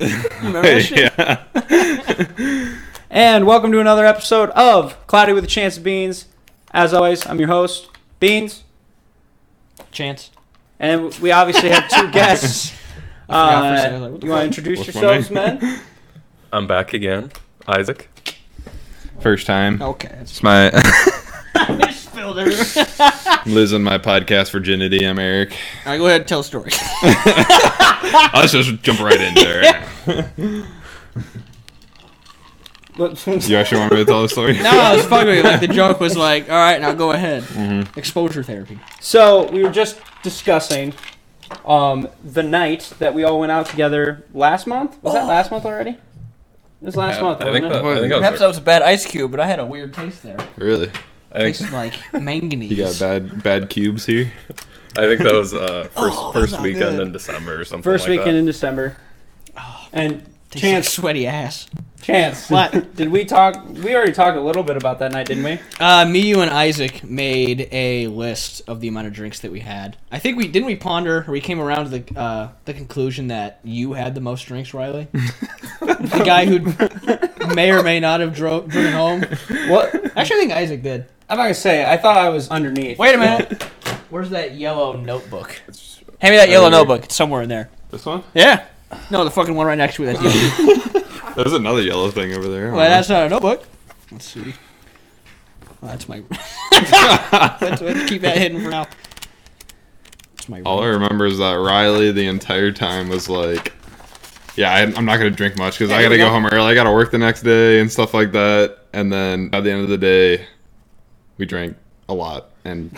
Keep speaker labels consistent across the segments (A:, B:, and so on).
A: Remember that shit?
B: yeah.
A: And welcome to another episode of Cloudy with a Chance of Beans. As always, I'm your host, Beans,
C: Chance.
A: and we obviously have two guests.
C: forgot for a
A: Uh,
C: second, I was like, what the
A: you want to
C: fuck?
A: introduce
B: What's my
A: yourselves,
B: name?
A: men?
D: I'm back again, Isaac.
B: First time.
C: Okay. That's
B: It's my
C: filter.
B: losing my podcast virginity. I'm Eric.
C: Alright, go ahead and tell a story.
B: Let's just jump right in there. You actually want me to tell the story?
C: no, I was fucking with you. Like the joke was like, alright, now go ahead.
B: Mm-hmm.
C: Exposure therapy.
A: so we were just discussing um, the night that we all went out together last month. Was
C: Oh.
A: that last month already? It was last month.
D: I think,
A: wasn't it?
D: that, I think I was
C: Perhaps that was a bad ice cube, but I had a weird taste there.
B: Really?
D: I
C: Tasted
D: think,
C: like manganese.
B: You got bad bad cubes here.
D: I think that was uh, first
C: Oh, that's
D: first
C: not
D: weekend
C: good.
D: in December or something.
A: First
D: like
A: weekend in December.
C: Oh,
A: And
C: Tastes like
A: Chance,
C: sweaty ass.
A: Chance, what? Did we talk? We already talked a little bit about that night, didn't we?
C: Uh, me, you, and Isaac made a list of the amount of drinks that we had. I think we didn't we ponder or we came around to the uh, the conclusion that you had the most drinks, Riley. the guy who may or may not have dro- driven home.
A: What?
C: Actually, I think Isaac did.
A: I'm not gonna say. I thought I was underneath.
C: Wait a minute. Where's that yellow notebook?
D: It's-
C: Hand me that yellow
D: Right here.
C: notebook. It's somewhere in there.
B: This one?
C: Yeah. No, the fucking one right next to it. That's yellow.
B: There's another yellow thing over there.
C: well, that's not a notebook. Let's see. Well, that's my. Let's let's keep that hidden for now. It's my.
B: All I remember is that Riley the entire time was like, "Yeah, I, I'm not gonna drink much because I
C: There
B: gotta
C: we
B: go
C: go.
B: home early. I gotta work the next day and stuff like that." And then at the end of the day, we drank a lot and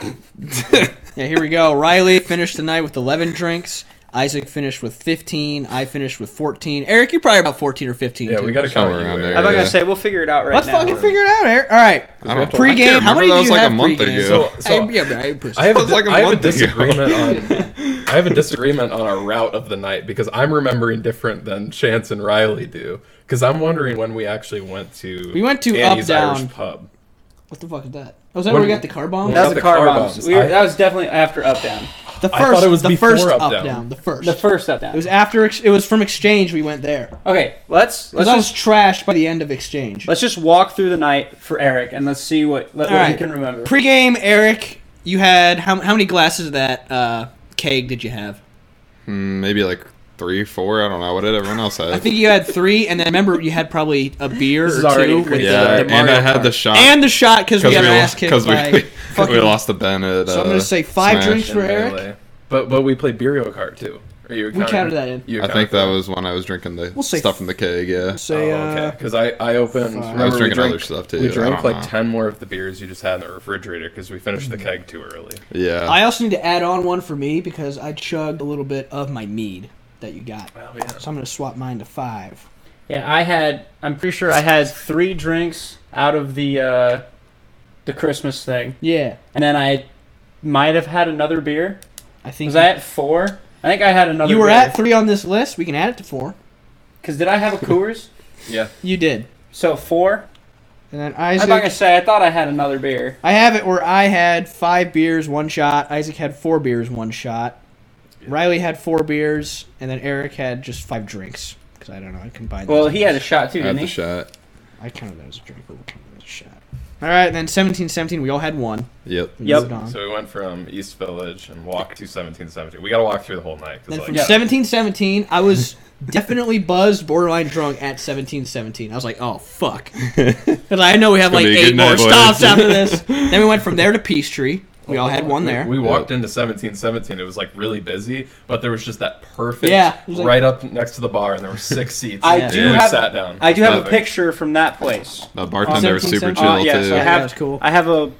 C: Yeah, here we go. Riley finished the night with 11 drinks. Isaac finished with 15. I finished with 14. Eric, you're probably about 14 or 15.
D: Yeah,
C: too.
D: we got to count
B: Somewhere
D: you
B: around
D: there.
A: I'm
B: there.
A: not
B: Yeah.
A: gonna say. We'll figure it out right
C: Let's
A: now.
C: fucking figure it out, Eric. All right.
B: I don't- I
C: Pre-game.
B: can't
C: How
B: remember,
C: many do
B: that was
C: you
B: like
C: have
B: a month
C: pre-game?
B: ago.
C: I,
D: So-
C: yeah, but I appreciate
D: I have,
B: It was
D: a,
B: like a
D: I have a
B: month ago.
D: disagreement on I have a disagreement on our route of the night because I'm remembering different than Chance and Riley do because I'm wondering when we actually went to
C: We went to
D: Annie's
C: Up Down.
D: Irish Pub.
C: What the fuck is that? Oh, is that where we
D: When-
C: got the car bomb?
A: That was
D: Not
A: the
D: the
A: car
D: car
A: bombs.
D: bombs.
A: We were,
D: I-
A: that was definitely after up down.
C: the
D: I thought
C: first,
D: it was
C: the
D: before
C: first
D: up
C: up down.
D: down.
C: The first.
A: The first up
C: It
A: down.
C: was after. Ex- it was from exchange. We went there.
A: Okay, let's
C: Because
A: let's
C: I was
A: just
C: trashed by the end of exchange.
A: let's just walk through the night for Eric and let's see what let,
C: All
A: what he
C: right.
A: can remember.
C: Pre-game, Eric, you had how, how many glasses of that uh, keg did you have?
B: mm, maybe like three, four. I don't know. What did everyone else have?
C: I think you had three, and then remember you had probably a beer
A: is
C: or
A: already
C: two.
A: crazy.
C: With
B: yeah,
A: the-
C: the,
A: the
B: and I
A: Mario
B: had the
A: Kart.
B: shot
C: and the shot because we
B: because
C: got
B: we,
C: our ass
B: lost
C: kicked
B: because
C: by.
B: we,
C: fucking,
B: we lost the Ben at. Uh,
C: so I'm gonna say five
B: Smash.
C: drinks for
D: And
C: Eric.
D: Melee. But but we played Burial Kart too. Are you
C: We counted that in.
B: I think that was when I was drinking the
C: We'll say
B: stuff
C: f-
B: from the keg. Yeah,
C: Say,
D: oh, okay.
C: uh,
D: Because I, I opened.
C: I was
B: I was
D: Remember we
B: drinking
D: drank,
B: other stuff too.
D: We
B: I
D: drank
B: don't
D: like
B: know.
D: ten more of the beers you just had in the refrigerator because we finished the keg too early.
B: Yeah,
C: I also need to add on one for me because I chugged a little bit of my mead that you got,
D: Oh, yeah.
C: so I'm gonna swap mine to five.
A: Yeah, I had. I'm pretty sure I had three drinks out of the uh, the Christmas thing,
C: Yeah,
A: and then I might have had another beer.
C: I think
A: Was I at four? I think I had another.
C: you were
A: beer.
C: at three on this list. We can add it to four.
A: Cause did I have a Coors?
D: Yeah.
C: You did,
A: So four.
C: and then
A: I'm not gonna
C: Isaac.
A: say. I thought I had another beer.
C: I have it where I had five beers, one shot. Isaac had four beers, one shot. Riley had four beers, and then Eric had just five drinks. Because I don't know, I combined.
A: Well,
C: those.
A: he had a shot too,
B: I had
A: didn't
B: the
A: he?
B: shot.
C: I counted that as a drink, but we'll count that as a shot. All right, then 17, 17. We all had one.
B: Yep.
C: We
A: Yep.
C: moved on.
D: So we went from East Village and walked to 1717. We got to walk through the whole night. 'cause,
C: Then from
D: like,
C: seventeen seventeen, I was definitely buzzed, borderline drunk at seventeen seventeen. I was like, oh fuck, because I know we have
B: It's
C: like
B: gonna be a
C: eight
B: good
C: more
B: night, boys.
C: stops after this. then we went from there to Peachtree. We all had one there.
D: Oh, We walked into 1717. It was like really busy, but there was just that perfect
C: Yeah, it was like-
D: right up next to the bar, and there were six seats.
A: I
D: and
A: do
D: we
A: have-
D: sat down.
A: I do have a
D: Perfect.
A: picture from that place.
B: The bartender was super
C: 17,
B: chill
A: Uh, yes, I
B: too.
C: oh, Yeah,
A: have.
C: that was cool.
A: I have a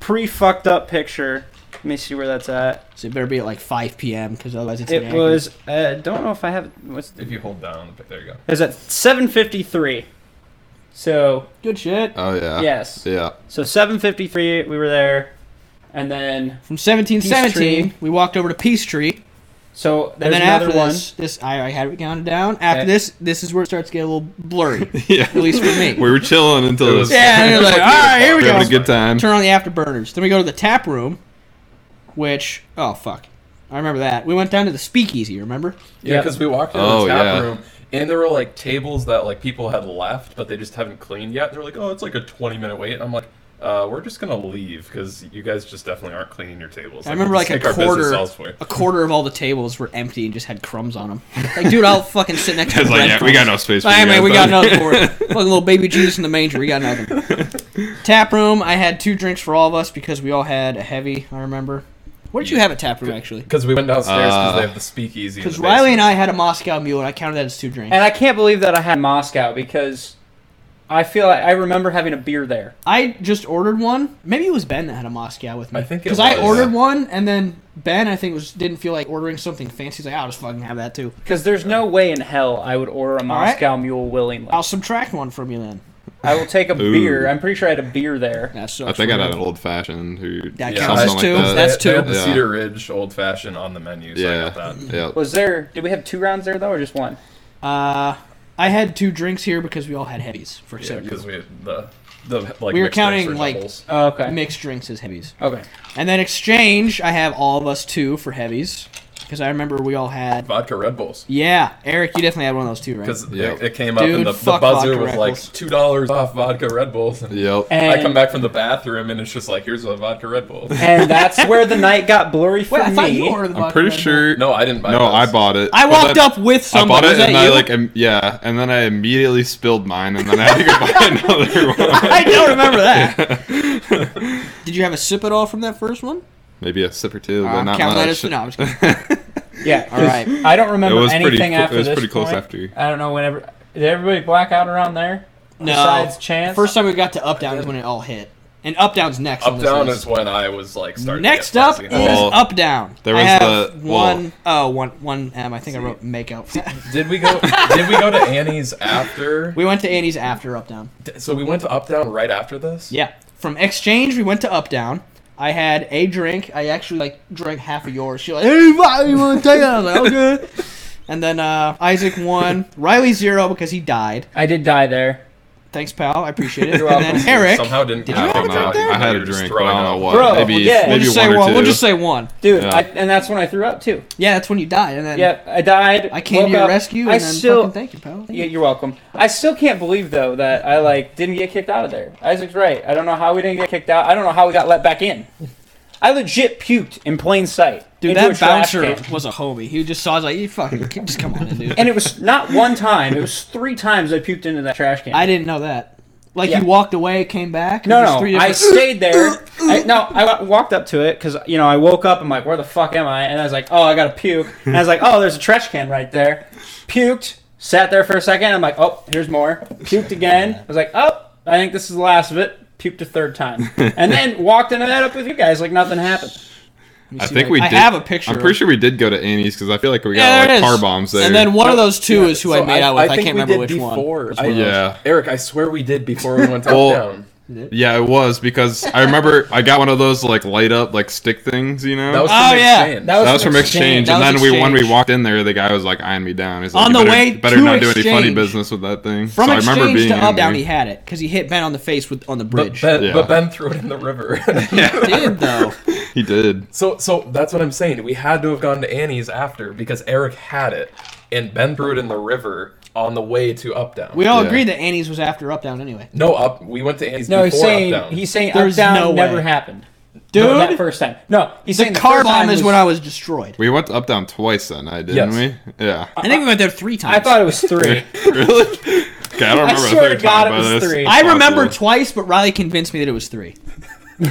A: pre fucked up picture. Let me see where that's at.
C: So it better be at like five p.m. because otherwise it's
A: It
C: inaccurate.
A: was. Uh, don't know if I have. What's the,
D: If you hold down, the pic- there you go.
A: it was at 7:53. So
C: good shit.
B: Oh yeah.
A: yes.
B: Yeah.
A: So 7:53 we were there, and then
C: From seventeen seventeen, we walked over to Peachtree.
A: So there's
C: And then
A: another
C: after
A: one.
C: this, this I, I had it counted down. After
A: Okay.
C: this, this is where it starts to get a little blurry,
B: Yeah.
C: at least for me.
B: We were chilling until
D: It
B: this.
D: was-
C: yeah, and you're like, all right, here we
B: Having a
C: go.
B: good time.
C: Turn on the afterburners. Then we go to the tap room, which oh fuck, I remember that. We went down to the speakeasy. Remember?
D: Yeah,
A: Yeah.
D: because we walked in
B: Oh,
D: the tap
B: yeah.
D: room and there were like tables that like people had left, but they just haven't cleaned yet. They're like, oh, it's like a 20 minute wait. And I'm like, uh, we're just gonna leave because you guys just definitely aren't cleaning your tables.
C: I remember
D: let's
C: like a
D: take our business
C: quarter,
D: elsewhere.
C: a quarter of all the tables were empty and just had crumbs on them. Like, dude, I'll fucking sit next to.
B: It's
C: the
B: like, yeah, we got
C: breadcrumbs.
B: no space for
C: I
B: you
C: mean,
B: guys,
C: we got
B: buddy.
C: nothing for it. Fucking little baby Jesus in the manger. We got nothing. tap room. I had two drinks for all of us because we all had a heavy. I remember. What did you have at tap room actually?
D: Because we went downstairs because
B: Uh,
D: they have the speakeasy. in
C: Because
D: the
C: Riley and
D: basement.
C: I had a Moscow Mule, and I counted that as two drinks.
A: And I can't believe that I had Moscow because I feel like I remember having a beer there.
C: I just ordered one. Maybe it was Ben that had a Moscow with me.
D: I think it
C: because I
D: was.
C: ordered one, and then Ben, I think, was didn't feel like ordering something fancy. He's like, I'll just fucking have that too.
A: Because there's no way in hell I would order a
C: right.
A: Moscow Mule willingly.
C: I'll subtract one from you then.
A: I will take a
B: Ooh.
A: beer. I'm pretty sure I had a beer there.
C: That
B: I
C: sucks.
B: think I
C: We're
B: had an
C: gonna-
B: old fashioned who
C: That
D: Yeah,
C: counts
D: I-
C: as two.
B: something like that.
C: That's
D: They-
C: two.
D: They had the
B: Yeah.
D: Cedar Ridge old fashioned on the menu. So I
B: Yeah.
D: got that.
B: Yeah.
A: Was there? Did we have two rounds there though, or just one?
C: Uh, I had two drinks here because we all had heavies for
D: Yeah,
C: some
D: because we had the the like
C: We were
D: mixed drinks
C: counting,
D: were
C: like-
D: doubles.
A: Oh, okay.
C: mixed drinks as heavies.
A: okay.
C: And then exchange, I have all of us two for heavies because I remember we all had.
D: vodka Red Bulls.
C: Yeah, Eric, you definitely had one of those too, right?
D: Because
B: Yeah.
D: it, it came up
C: Dude,
D: and the, the
C: fuck
D: buzzer
C: vodka
D: was
C: Red
D: like
C: Bulls.
D: two dollars off vodka Red Bulls. And
B: Yep.
A: And,
D: I come back from the bathroom and it's just like, here's a vodka Red Bull.
A: and that's where the night got blurry for
C: Wait, I thought
A: me.
C: you ordered the
B: I'm
C: vodka
B: pretty
C: Red Bull.
B: sure.
D: no, I didn't buy.
B: No,
D: those.
B: I bought it.
C: I
B: but
C: walked
B: then-
C: up with
B: I
C: someone.
B: bought it
C: Was that
B: and I
C: you?
B: like im- yeah, and then I immediately spilled mine, and then I had to go buy another one.
C: I don't remember that. Did you have a sip at all from that first one?
B: Maybe a sip or two, but
C: Uh,
B: not
C: count that
B: much.
C: as- no, I'm just kidding.
A: Yeah.
C: All right.
A: I don't remember
B: It was pretty
A: anything
B: clo-
A: after
B: it was
A: this
B: pretty close
A: point.
B: after.
A: I don't know whenever. Did everybody black out around there?
C: No.
A: Besides Chance.
C: First time we got to up down is when it all hit, and up down's next. on
D: Up
C: this
D: down
C: list.
D: is when I was like starting. to
C: Next
D: get
C: up
D: fuzzy.
C: is
B: Well,
C: up down.
B: there
C: I
B: was
C: have
B: the- well-
C: one oh one one M. I think I wrote make out.
D: Did we go? did we go to Annie's after?
C: we went to Annie's after up down.
D: so we went to Up Down right after this.
C: Yeah, from exchange we went to up down. I had a drink. I actually like drank half of yours. She like, hey, Riley, you want to take that? I was like, okay. And then uh, Isaac won. Riley zero because he died.
A: I did die there.
C: Thanks, pal. I appreciate it.
A: You're
C: and
A: welcome.
C: then Eric.
D: somehow didn't.
C: you
B: I
D: count
B: don't
D: it
B: know.
D: down. You
B: I had
D: were
B: a
D: just
B: drink, but
D: throwing
B: I don't know
D: up.
B: what.
A: Bro,
B: maybe
A: yeah.
C: We'll
B: maybe
C: just
B: one
C: say
B: or
C: one.
B: two.
C: We'll just say one.
A: Dude,
B: Yeah.
A: I, and that's when I threw up too.
C: Yeah, that's when you died. And then
A: Yep, I died.
C: I came to
A: woke
C: your
A: up.
C: rescue. And
A: I
C: then
A: still
C: fucking thank you, pal. Thank
A: Yeah,
C: you.
A: you're welcome. I still can't believe though that I like didn't get kicked out of there. Isaac's right. I don't know how we didn't get kicked out. I don't know how we got let back in. I legit puked in plain sight.
C: Dude,
A: into a
C: that
A: trash
C: bouncer
A: can.
C: was a homie. He just saw, us like, you fucking, just come on in, dude.
A: And it was not one time. It was three times I puked into that trash can.
C: I didn't know that. Like,
A: Yeah.
C: you walked away, came back. and
A: no,
C: there's
A: no.
C: three
A: I
C: different-
A: stayed there. I, no, I wa- walked up to it because you know I woke up. I'm like, where the fuck am I? And I was like, oh, I gotta puke. And I was like, oh, there's a trash can right there. Puked. Sat there for a second. I'm like, oh, here's more. Puked again. I was like, oh, I think this is the last of it. Puked a third time, and then walked into that up with you guys like nothing happened.
C: Let me
B: I
C: see
B: think
C: what
B: we.
C: I
B: Did,
C: have a picture.
B: I'm pretty sure we did go to Annie's because I feel like we got
C: Yeah, there
B: like
C: it is.
B: car bombs there.
C: And then one of those two is who I
D: So
C: made out with. I,
D: think
C: can't
D: we
C: remember
D: did
C: which
D: before.
C: one.
D: I-
B: Yeah.
D: Eric, I swear we did before we went to
B: Well-
D: Up Down.
B: Yeah, it was because I remember I got one of those like light up like stick things, you know.
D: That was
C: Oh,
D: from
C: yeah.
D: Exchange.
A: That was
B: That was from exchange,
C: That
B: and then
C: was
B: we when we
C: exchange.
B: walked in there, the guy was like eyeing me down. He's like,
C: On
B: "You
C: the
B: better,
C: way
B: better
C: to
B: not do any funny
C: exchange.
B: business with that thing."
C: From
B: so I remember
C: exchange
B: being
C: to
B: in
C: up down,
B: there.
C: he had it because he hit Ben on the face with on the
D: But
C: bridge.
D: ben,
B: Yeah.
D: but ben threw it in the river.
C: did though.
B: He did.
D: So, so that's what I'm saying. We had to have gone to Annie's after because Eric had it, and Ben threw it in the river on the way to Up Down.
C: We all
B: Yeah.
C: agreed that Annie's was after up down anyway.
D: no up. We went to Annie's
A: No, he's
D: before Up
A: saying
D: Down.
A: he's saying up
C: There's
A: down
C: no
A: never
C: way.
A: happened.
C: Dude,
A: no, that first time. No, he's
C: the
A: saying
C: car
A: third
C: bomb
A: time
C: is
A: was-
C: when I was destroyed.
B: We went up down twice that night, didn't
D: Yes.
B: we? Yeah.
C: I think we went there three times.
A: I thought it was three.
B: really? Okay, I don't remember.
A: swear to
B: the third
A: God
B: time,
A: it
B: but
A: was
B: that's
A: three.
C: I remember
B: possible.
C: twice, but Riley convinced me that it was three.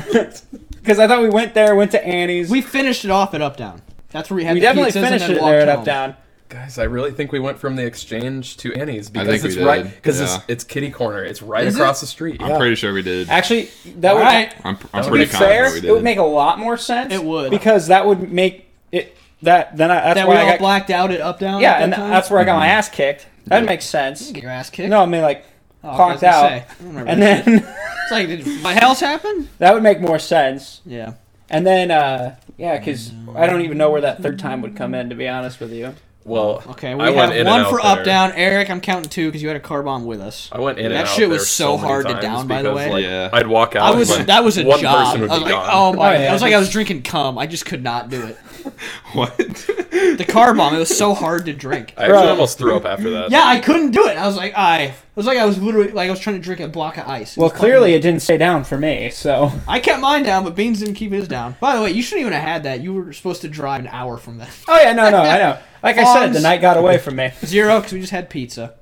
A: Because I thought we went there, went to Annie's.
C: We finished it off at up down. That's where we had
A: we
C: the
A: definitely
C: pizzas and
A: finished
C: then
A: it there at
C: walked
A: up
C: home.
A: down.
D: guys. I really think we went from the exchange to Annie's because
B: think we
D: it's
B: did,
D: right because it's,
B: yeah.
D: it's kitty corner. It's right
C: Is
D: across
C: it?
D: the street.
B: I'm
D: yeah.
B: pretty sure we did.
A: Actually, that
C: All
A: would
C: right.
B: I'm, I'm
D: To
A: to be
B: pretty confident
A: fair.
B: we
A: It
B: did.
A: would make a lot more sense.
C: It would.
A: because that would make it that then I, that's
C: That we
A: why
C: all
A: I got
C: blacked out at up down.
A: yeah,
C: at
A: and
C: that time?
A: that's where I got my ass kicked. That
B: Mm-hmm. Yeah.
A: makes sense.
C: Get your ass kicked.
A: No, I mean like
C: Oh, I was
A: clocked
C: gonna
A: out,
C: say. I don't remember
A: and
C: that.
A: then
C: it's like, did my house happen?
A: that would make more sense.
C: Yeah.
A: And then, uh, yeah, because I don't even know where that third time would come in, to be honest with you.
D: Well,
C: Okay,
D: I
C: we
D: went
C: have
D: in and
C: one
D: out
C: for up
D: there.
C: down. Eric, I'm counting two because you had a car bomb with us.
D: I went in.
C: That
D: and out
C: shit was
D: there
C: so
D: many
C: hard to
D: times
C: down, by the
D: because,
C: way.
D: like,
B: Yeah.
D: I'd walk out.
C: I was
D: and
C: that was a
D: one
C: job.
D: Person would
C: I
D: be
C: was like,
D: gone.
C: oh my!
A: Oh, yeah,
C: I was like, I was
A: just-
C: drinking cum. I just could not do it.
B: What?
C: The car bomb. It was so hard to drink.
D: I actually
A: Bro.
D: almost threw up after that.
C: oh Yeah, I couldn't do it. I was like, I. It was like I was literally like I was trying to drink a block of ice. It
A: Well,
C: was
A: clearly it didn't stay down for me, so.
C: fucking- I kept mine down, but Beans didn't keep his down. By the way, you shouldn't even have had that. You were supposed to drive an hour from that
A: Oh, yeah, no, no, I know. Like I said, the
C: Fonz.
A: night got away from me.
C: zero because we just had pizza,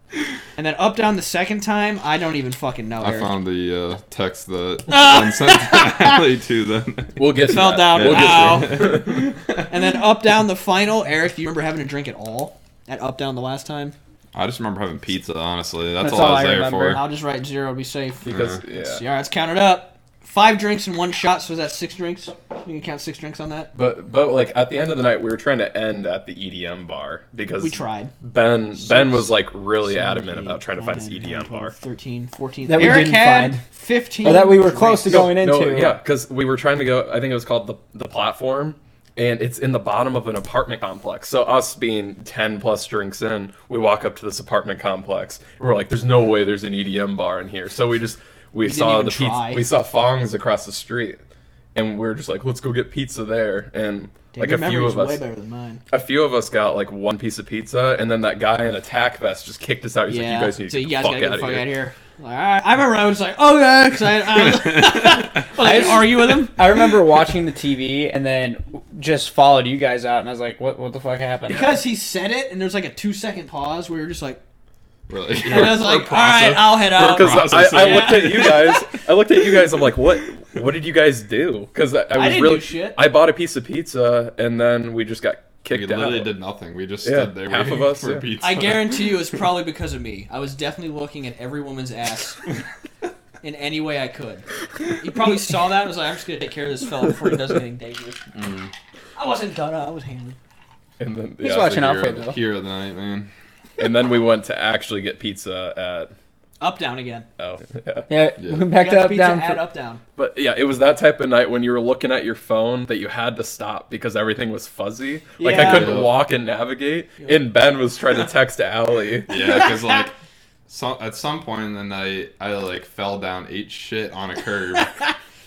C: and then up down the second time. I don't even fucking know.
B: I
C: Eric.
B: found the uh, text that Ben sent to Allie too. Then
D: We'll get to
C: Fell
D: that.
C: down.
D: We'll
C: Ow.
D: get to it.
C: And then up down the final. Eric, do you remember having a drink at all at up down the last time?
B: I just remember having pizza. Honestly, that's,
A: That's
B: all,
A: all
B: I was
A: I
B: there
A: remember.
B: for.
C: I'll just write zero. Be safe. So,
D: because yeah.
C: yeah, let's count it up. Five drinks in one shot, so is that six drinks? You can count six drinks on that.
D: But but like at the end of the night, we were trying to end at the EDM bar because
C: We tried.
D: Ben Ben was like really adamant
C: Eight,
D: about trying to find this
C: nine,
D: EDM
C: 12,
D: bar.
C: 13, 14.
A: That we
C: Eric
A: didn't
C: had
A: find.
C: 15.
A: Or that we were close to
C: drinks.
A: going into.
D: No, yeah, because we were trying to go. I think it was called the the platform, and it's in the bottom of an apartment complex. So us being ten plus drinks in, we walk up to this apartment complex. We're like, "There's no way there's an EDM bar in here." So we just we,
C: didn't
D: saw
C: even
D: the pizza,
C: try.
D: we saw Fong's across the street, and we are just like, "Let's go get pizza there." And
C: Dude,
D: like
C: your
D: a
C: memory
D: few
C: was
D: of
C: way
D: us,
C: better than mine.
D: a few of us got like one piece of pizza, and then that guy in a tack vest just kicked us out. He's
C: Yeah,
D: like, "You guys need
C: so
D: to
C: you
D: get
C: guys
D: the
C: gotta get
D: fuck out
C: the fuck
D: of here."
C: out of here. Like, all right. I remember I was like, oh yeah, because I, I, was- well, I didn't argue with him.
A: I remember watching the TV and then just followed you guys out, and I was like, "What? What the fuck happened?"
C: Because he said it, and there's like a two second pause where you're just like,
B: Really?
C: and I was like, all right, I'll head out.
D: Because I,
B: Processing.
D: I looked at you guys, I looked at you guys. I'm like, what? What did you guys do? Because I, I was
C: didn't
D: really.
C: do shit.
D: I bought a piece of pizza, and then we just got
B: we
D: kicked out.
B: literally did nothing. We just
D: Yeah,
B: stood there
D: half of
B: waiting
D: us,
B: for
D: yeah.
B: pizza.
C: I guarantee you it's probably because of me. I was definitely looking at every woman's ass in any way I could. You probably saw that and was like, I'm just going to take care of this fella before he does anything dangerous. I wasn't done. I was hammered.
D: And then,
A: He's
D: yeah,
A: watching
B: Hero-
A: Alfred though.
B: Hero of the night, man.
D: and then we went to actually get pizza
C: Up, down again.
D: at. Oh, yeah.
A: Yeah,
B: Yeah.
A: we backed
C: Yeah,
A: up
C: pizza,
A: down.
C: add
A: For,
C: up, down.
D: But yeah, it was that type of night when you were looking at your phone that you had to stop because everything was fuzzy. Like
C: Yeah.
D: I couldn't
B: Yeah.
D: walk and navigate. And Ben was trying to text Allie.
B: Yeah, because like, so, at some point in the night, I like fell down, ate shit on a curb,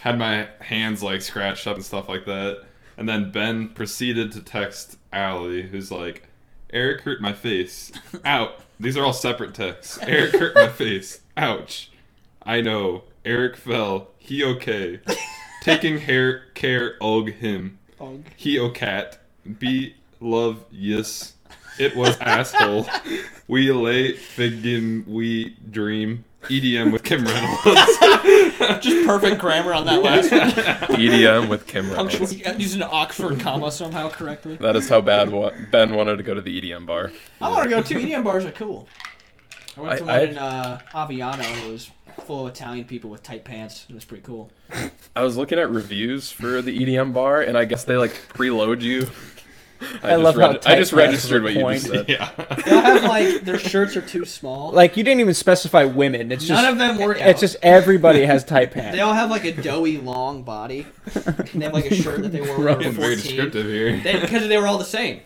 B: had my hands like scratched up and stuff like that, and then Ben proceeded to text Allie, who's like, "Eric hurt my face. Out." These are all separate texts. Eric hurt my face. Ouch. I know. Eric fell. He okay. Taking hair care og him. Heo cat. Be love yes. It was asshole. We lay figgin we dream. EDM with Kim Reynolds.
C: Just perfect grammar on that last one.
D: EDM E with Kim
C: Punctual-
D: Reynolds.
C: Using an Oxford comma somehow correctly.
D: That is how bad wa- Ben wanted to go to the EDM bar.
C: I want to go too. EDM bars are cool. I went to
D: I-
C: one
D: I-
C: in uh, Aviano. It was full of Italian people with tight pants. It was pretty cool.
D: I was looking at reviews for the EDM bar, and I guess they like preload you. I,
A: love
D: just
A: how
D: I just
A: tight
D: registered what
A: that's
D: you
A: the point.
D: just said.
B: yeah.
C: They'll have like their shirts are too small.
A: like you didn't even specify women. It's just
C: None of them work out.
A: It's just everybody has tight
C: they
A: pants.
C: all have like a doughy long body. And they have like a shirt that they wore when they
B: Getting
C: were
B: very
C: 14.
B: descriptive here.
C: They, because they were all the same.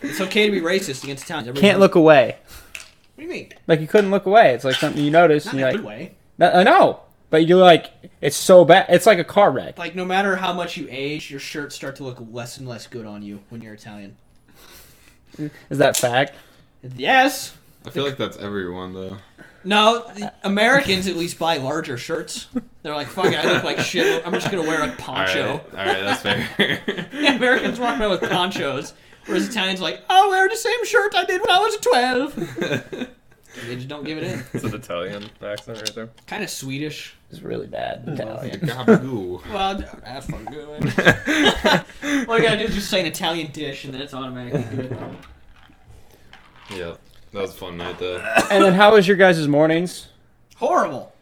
C: It's okay to be racist against Italians. Everybody-
A: Can't look away.
C: What do you mean?
A: Like you couldn't look away. It's like something you notice.
C: Not
A: And
C: in
A: you're
C: a
A: like,
C: good way.
A: no, I know, but you're like, it's so bad. It's like a car wreck.
C: Like no matter how much you age, your shirts start to look less and less good on you when you're Italian.
A: Is that fact?
C: Yes.
B: I feel like that's everyone though.
C: No, the Americans at least buy larger shirts. They're like, fuck it, I look like shit. I'm just gonna wear a poncho.
B: Alright, alright, that's fair.
C: Yeah, Americans walk around with ponchos, whereas Italians are like, oh, wear the same shirt I did when I was 12. they just don't give it in.
D: It's an Italian accent right there.
C: Kind of Swedish.
A: It's really bad.
C: Mm-hmm.
A: Italian.
B: Gabagoo.
C: Well, that's fucking good. All you gotta do is just say an Italian dish, and then it's automatically good.
B: Yeah. That was a fun night though.
A: and then how was your guys' mornings?
C: Horrible.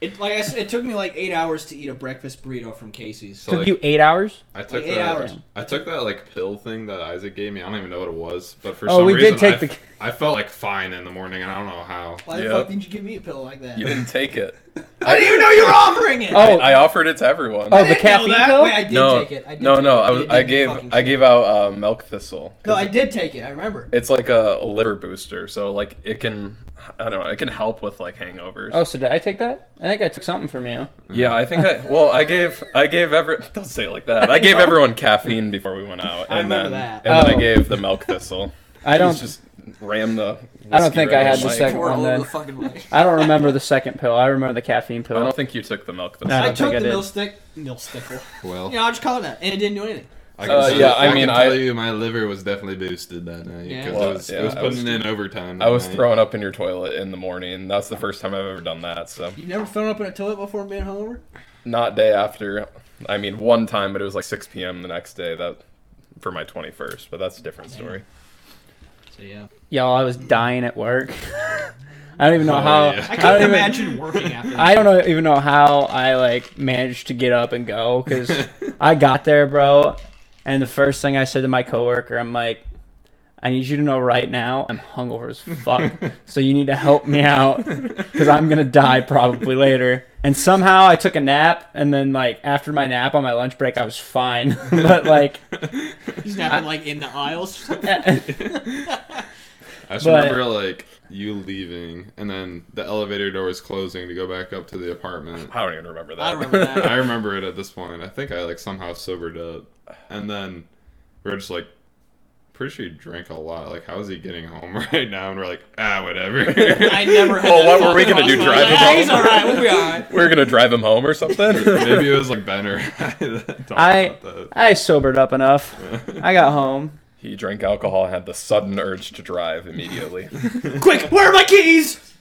C: It like I said, it took me like eight hours to eat a breakfast burrito from Casey's.
B: So like,
A: you eight hours?
B: I took
C: eight
B: that.
C: hours.
B: I took that like pill thing that Isaac gave me. I don't even know what it was, but for
A: Oh,
B: some
A: we did
B: reason
A: take
B: I,
A: the-
B: I felt like fine in the morning, and I don't know how.
C: Why the
D: Yeah.
C: fuck didn't you give me a pill like that?
D: You didn't take it.
C: I didn't even know you were offering it.
A: Oh,
D: I offered it to everyone.
A: Oh,
C: I didn't
A: the caffeine
C: know that.
A: pill?
C: Wait, I did
D: no,
C: take it. I did
D: no,
C: take
D: no.
C: it.
D: I,
C: It
D: was,
C: did
D: I
C: make me
D: gave
C: fucking
D: I
C: sick.
D: gave out uh, milk thistle.
C: No, I did take it. I remember.
D: It's like a, a liver booster, so like it can I don't know, it can help with like hangovers.
A: Oh, so did I take that? I think I took something from you.
D: Yeah, I think I well, I gave I gave every don't say it like that. I gave everyone caffeine before we went out, and
C: I remember
D: then
C: that.
D: and then
A: Oh.
D: I gave the milk thistle.
A: I don't.
D: Just- just ram the.
A: I don't
D: whiskey
A: think
D: right
A: I
D: in
A: had the
D: mic.
A: second
C: Pour
A: one
C: all over
A: then.
C: the fucking place.
A: I don't remember the second pill. I remember the caffeine
D: I
A: pill.
D: don't think you took the milk
A: I
D: thistle.
A: don't
C: I
A: think
C: took
A: I
C: the
A: did.
C: mill stick, mill stickle.
B: Well,
C: You know, I'll just call it that, and it didn't do anything.
B: I can
D: Uh,
B: tell
D: yeah,
B: you-
D: I mean,
B: can
D: I-
B: tell you, my liver was definitely boosted that night
C: Yeah.
B: because
D: Well,
B: it was,
D: yeah,
B: it was
D: I
B: putting
D: was-
B: in overtime.
D: I
B: that
D: was
B: night.
D: throwing up in your toilet in the morning. That's the first time I've ever done that. So
C: You've never thrown up in a toilet before being hungover?
D: not day after. I mean, one time, but it was like 6 p.m. the next day. That for my 21st, but that's a different story.
C: So yeah.
A: Y'all, I was dying at work. I don't even know
B: Oh,
A: how.
B: yeah.
C: I
A: I don't
C: can't
A: even-
C: imagine working after that.
A: I don't know, even know how I like managed to get up and go because I got there, bro. And the first thing I said to my coworker, I'm like, I need you to know right now, I'm hungover as fuck. so you need to help me out because I'm gonna die probably later. And somehow I took a nap, and then like after my nap on my lunch break, I was fine. but like,
C: He's not been like in the aisles.
B: I
A: But-
B: just remember like you leaving, and then the elevator door was closing to go back up to the apartment.
D: I don't even remember that.
C: I remember that.
B: I remember it at this point. I think I like somehow sobered up, and then we we're just like, pretty sure you drank a lot. Like, how is he getting home right now? And we're like, ah, whatever.
C: I never had
D: Well,
C: that
D: what were we
C: thought
D: gonna do,
C: in my
D: drive
C: life.
D: him
C: Yeah, He's
D: home?
C: alright, we'll be alright.
D: we were gonna drive him home or something.
B: Maybe it was like Ben or I. that talked
A: I
B: about that.
A: I sobered up enough. I got home.
D: he drank alcohol and had the sudden urge to drive immediately.
C: Quick, where are my keys?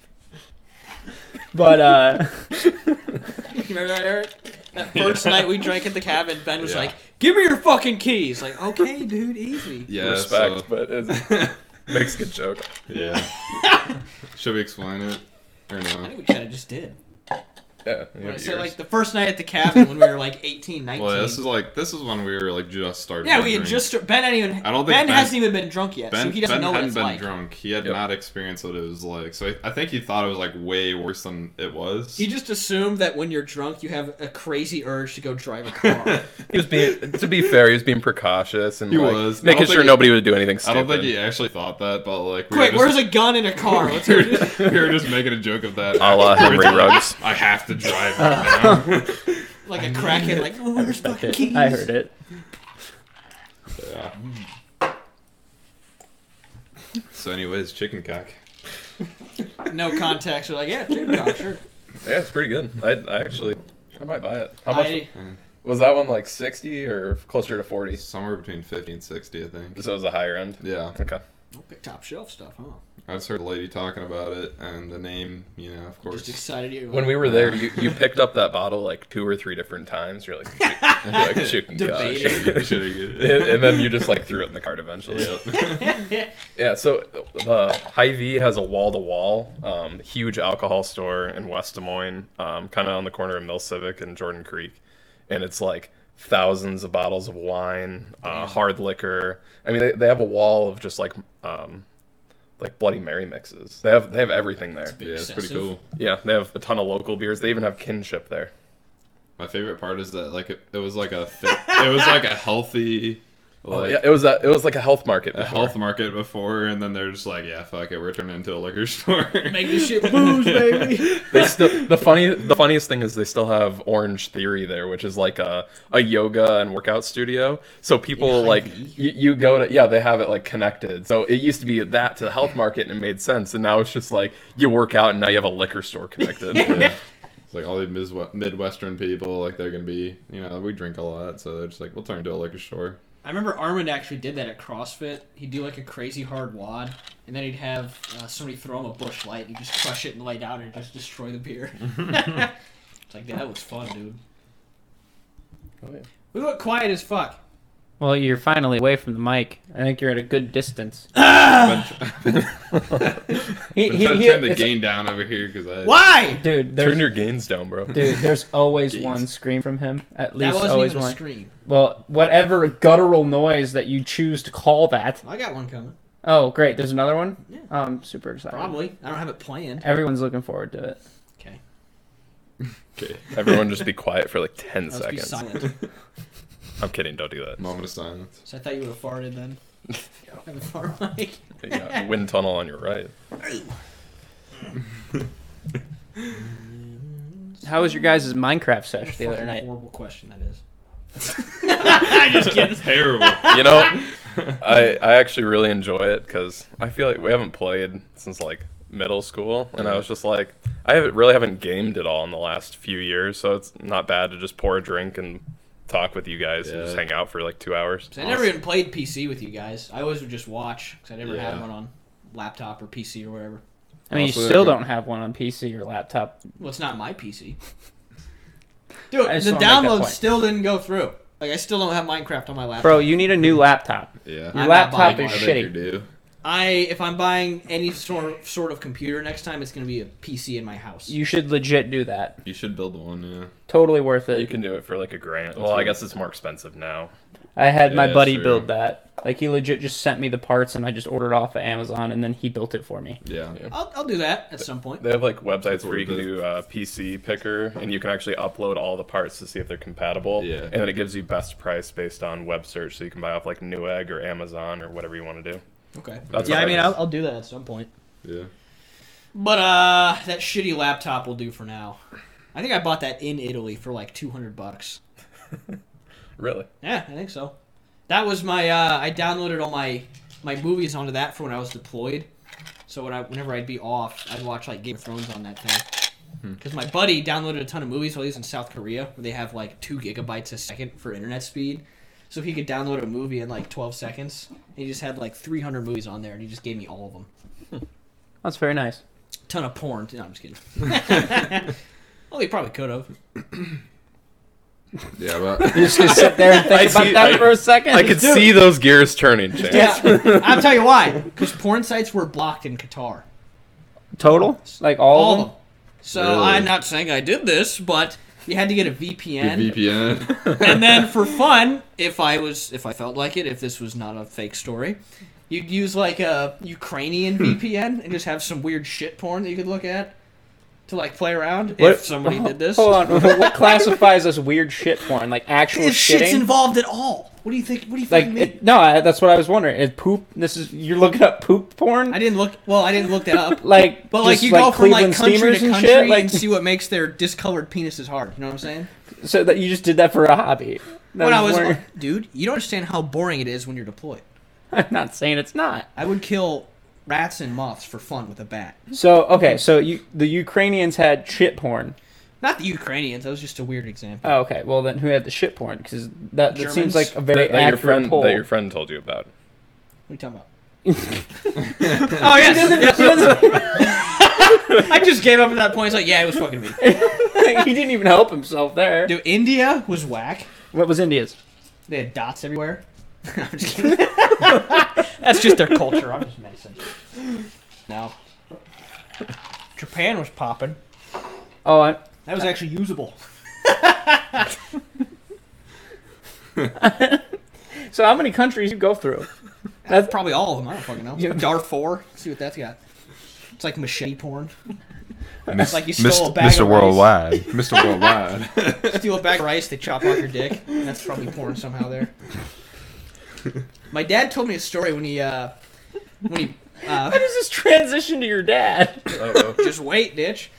A: But uh,
C: Remember that, Eric? That first night we drank at the cabin, Ben was
B: Yeah.
C: like, "Give me your fucking keys." Like, okay, dude, easy.
B: yeah,
D: Respect,
B: so-
D: but it makes a good joke.
B: yeah. Should we explain it or
C: I
B: no?
C: think we kind of just did.
D: Yeah. you
C: Right,
D: have
C: so
D: ears.
C: like the first night at the cabin when we were like 18, 19.
B: Well, this is like this is when we were like just starting.
C: yeah,
B: to
C: we had
B: drink.
C: just Ben hadn't even.
B: I don't think
C: ben,
B: Ben-
C: hasn't even been drunk yet,
B: Ben,
C: so he doesn't
B: ben
C: know what
B: hadn't
C: it's
B: been
C: like.
B: drunk. He had
D: Yep.
B: not experienced what it was like. So I, I think he thought it was like way worse than it was.
C: He just assumed that when you're drunk, you have a crazy urge to go drive a car.
D: He was being, to be fair, he was being precautious and
B: He
D: like,
B: was. I
D: making
B: don't
D: sure
B: think-
D: nobody would do anything
B: I
D: stupid.
B: don't think he actually thought that, but like, we
C: Quick,
B: were
C: where's
B: just,
C: a gun in a car? Let's go.
B: we were just making a joke of that.
D: a la Henry Ruggs.
B: I have to drive right now.
C: like a crackhead. Like, oh, where's fucking keys?
A: I heard it.
B: yeah. So, anyways, chicken cock.
C: No contacts. We're like, yeah, dude, God, sure.
D: Yeah, it's pretty good. I, I actually, I might buy it. How much
C: I,
D: was that one? Like sixty or closer to forty? So
B: Somewhere between fifty and sixty, I think.
D: it was the higher end.
B: Yeah,
D: Okay.
C: Don't oh, pick top shelf stuff, huh?
B: I just heard a lady talking about it, and the name, you know, of
C: Just
B: course.
C: excited you.
D: When we were there, you, you picked up that bottle like two or three different times. You're like, you're like chicken gosh.
C: Debated.
D: and,
B: Should
D: and then you just like threw it in the cart eventually.
C: yeah.
D: Yeah, so the Hy-Vee has a wall-to-wall, um, huge alcohol store in West Des Moines, um, kind of on the corner of Mill Civic and Jordan Creek, and it's like thousands of bottles of wine, uh, hard liquor. I mean, they, they have a wall of just like um, like Bloody Mary mixes. They have they have everything there.
B: Yeah, it's pretty cool.
D: Yeah, they have a ton of local beers. They even have kinship there.
B: My favorite part is that like it, it was like a thi- it was like a healthy like
D: yeah, it was a it was like a health market.
B: a
D: before.
B: health market before, and then they're just like, yeah, fuck it, we're turning into a liquor store.
C: Make this shit booze, baby.
D: they still the funny the funniest thing is they still have Orange Theory there, which is like a, a yoga and workout studio. So people like you, you go to yeah, they have it like connected. So it used to be that to the health market and it made sense, and now it's just like you work out and now you have a liquor store connected.
B: It's like all the mis- Midwestern people, like they're gonna be, you know, we drink a lot, so they're just like, we'll turn into a liquor store.
C: I remember Armand actually did that at CrossFit. He'd do like a crazy hard wad, and then he'd have uh, somebody throw him a bush light, and he'd just crush it and lay down and just destroy the beer. it's like, that was fun, dude.
D: Oh, yeah.
C: We went quiet as fuck.
A: Well, you're finally away from the mic. I think you're at a good distance.
E: He,
B: I'm
E: he,
B: trying
E: he,
B: the
E: it's-
B: gain down over here because I.
E: Why?
A: Dude,
D: Turn
A: there's
D: your gains down, bro.
A: dude, there's always one scream from him. At
C: That
A: least
C: wasn't
A: always
C: even a
A: one.
C: scream.
A: well, whatever guttural noise that you choose to call that.
C: I got one coming.
A: Oh, great. There's another one?
C: Yeah.
A: I'm super
D: Uh,
A: excited.
C: Probably. I don't have it planned.
A: Everyone's looking forward to it.
C: Okay.
B: Okay.
D: Everyone just be quiet for like 10
C: Let's be
D: seconds.
C: silent.
D: I'm kidding, don't do that.
B: Moment of silence.
C: So I thought you would have farted then. I have a fart mic.
D: You got a wind tunnel on your right.
A: How was your guys' Minecraft session the other
C: Fucking
A: night?
C: Horrible question that is.
B: Terrible.
D: You know, I I actually really enjoy it because I feel like we haven't played since like middle school, and
B: Mm-hmm.
D: I was just like, I haven't, really haven't gamed at all in the last few years, so it's not bad to just pour a drink and talk with you guys and just
B: Yeah.
D: hang out for like two hours.
C: 'Cause I never even played PC with you guys. I always would just watch because I never had
B: Yeah.
C: one on laptop or PC or whatever.
A: I mean, you
B: Also,
A: still
B: yeah.
A: don't have one on PC or laptop.
C: Well, it's not my PC. Dude,
A: I just wanna
C: the
A: make that
C: download
A: point.
C: still didn't go through. Like, I still don't have Minecraft on my laptop.
A: Bro, you need a new laptop.
B: Yeah.
A: Your
C: I'm not
A: laptop is
C: buying one.
B: I
A: shitty.
B: think you're due.
C: I if I'm buying any sort sort of computer next time, it's gonna be a PC in my house.
A: You should legit do that.
B: You should build one. Yeah.
A: Totally worth
D: You
A: it.
D: can do it for like a grand. Well, I guess it's more expensive now.
A: I had my
B: Yeah,
A: buddy
B: sure.
A: build that. Like he legit just sent me the parts and I just ordered off of Amazon and then he built it for me.
B: Yeah.
C: I'll, I'll do that at some point.
D: They have like websites where you can
B: worth it.
D: do uh, PC picker, and you can actually upload all the parts to see if they're compatible.
B: Yeah.
D: And then it gives you best price based on web search, so you can buy off like Newegg or Amazon or whatever you want to do.
C: Okay.
D: That's
C: yeah,
D: what
C: I
D: I
C: mean,
D: was-
C: I'll, I'll do that at some point.
B: Yeah.
C: But uh, that shitty laptop will do for now. I think I bought that in Italy for like two hundred bucks.
D: Really?
C: Yeah, I think so. That was my. Uh, I downloaded all my my movies onto that for when I was deployed. So when I, whenever I'd be off, I'd watch like Game of Thrones on that thing. Because my buddy downloaded a ton of movies while he was in South Korea, where they have like two gigabytes a second for internet speed. So he could download a movie in like 12 seconds. And he just had like 300 movies on there, and he just gave me all of them.
A: That's very nice.
C: Ton of porn. No, I'm just kidding. well, he probably could have.
B: Yeah. But
A: Just gonna sit there and
D: I
A: think about
D: see-
A: that
D: I-
A: for a second.
D: I could
A: Just do
D: see
A: it.
D: those gears turning, James.
C: Yeah, I'll tell you why. Because porn sites were blocked in Qatar.
A: total, like all,
C: all
A: of
C: of
A: them.
C: them. So
B: Really?
C: I'm not saying I did this, but you had to get a VPN,
B: VPN.
C: and then for fun, if I was, if I felt like it, if this was not a fake story, you'd use like a Ukrainian
A: Hmm.
C: VPN and just have some weird shit porn that you could look at to like play around.
A: What-
C: If somebody did this,
A: Hold on, what classifies as weird shit porn? Like actual
C: if shit's
A: shitting?
C: involved at all, what do you think? What do you
A: like
C: think? mean?
A: it, no, I, that's what I was wondering. Is poop? This is you're looking up poop porn?
C: I didn't look. Well, I didn't look that up.
A: like,
C: But like
A: just
C: you
A: like
C: go from
A: Cleveland
C: like country
A: steamers
C: to
A: and
C: country
A: shit, like
C: and see what makes their discolored penises hard. You know what I'm saying?
A: so that you just did that for a hobby. And
C: when I was,
A: wondering-
C: dude, you don't understand how boring it is when you're deployed.
A: I'm not saying it's not.
C: I would kill rats and moths for fun with a bat.
A: So okay, so you the Ukrainians had shit porn.
C: Not the Ukrainians. That was just a weird example.
A: Oh, okay, well then who had the shit porn? Because that, that seems
C: Germans?
A: like a very
D: That, that your
A: accurate
D: friend
A: poll.
D: that your friend told you about.
C: What are you talking about? oh yes, I just gave up at that point. It's like, yeah, it was fucking me.
A: he didn't even help himself there.
C: Dude, India was whack.
A: What was India's?
C: They had dots everywhere. I'm just kidding. That's just their culture. I'm just medicine. No. Japan was popping.
A: Oh, I,
C: That was actually usable.
A: so how many countries you go through?
C: That's probably all of them. I don't fucking know.
A: Yeah.
C: Darfur. See what that's got. It's like machete porn.
B: Miss,
C: Like you stole a bag of rice.
B: Mr. Worldwide.
C: Steal a bag of rice, they chop off your dick. And that's probably porn somehow there. My dad told me a story when he uh when he uh
A: How does this transition to your dad?
D: I don't know.
C: just wait, ditch.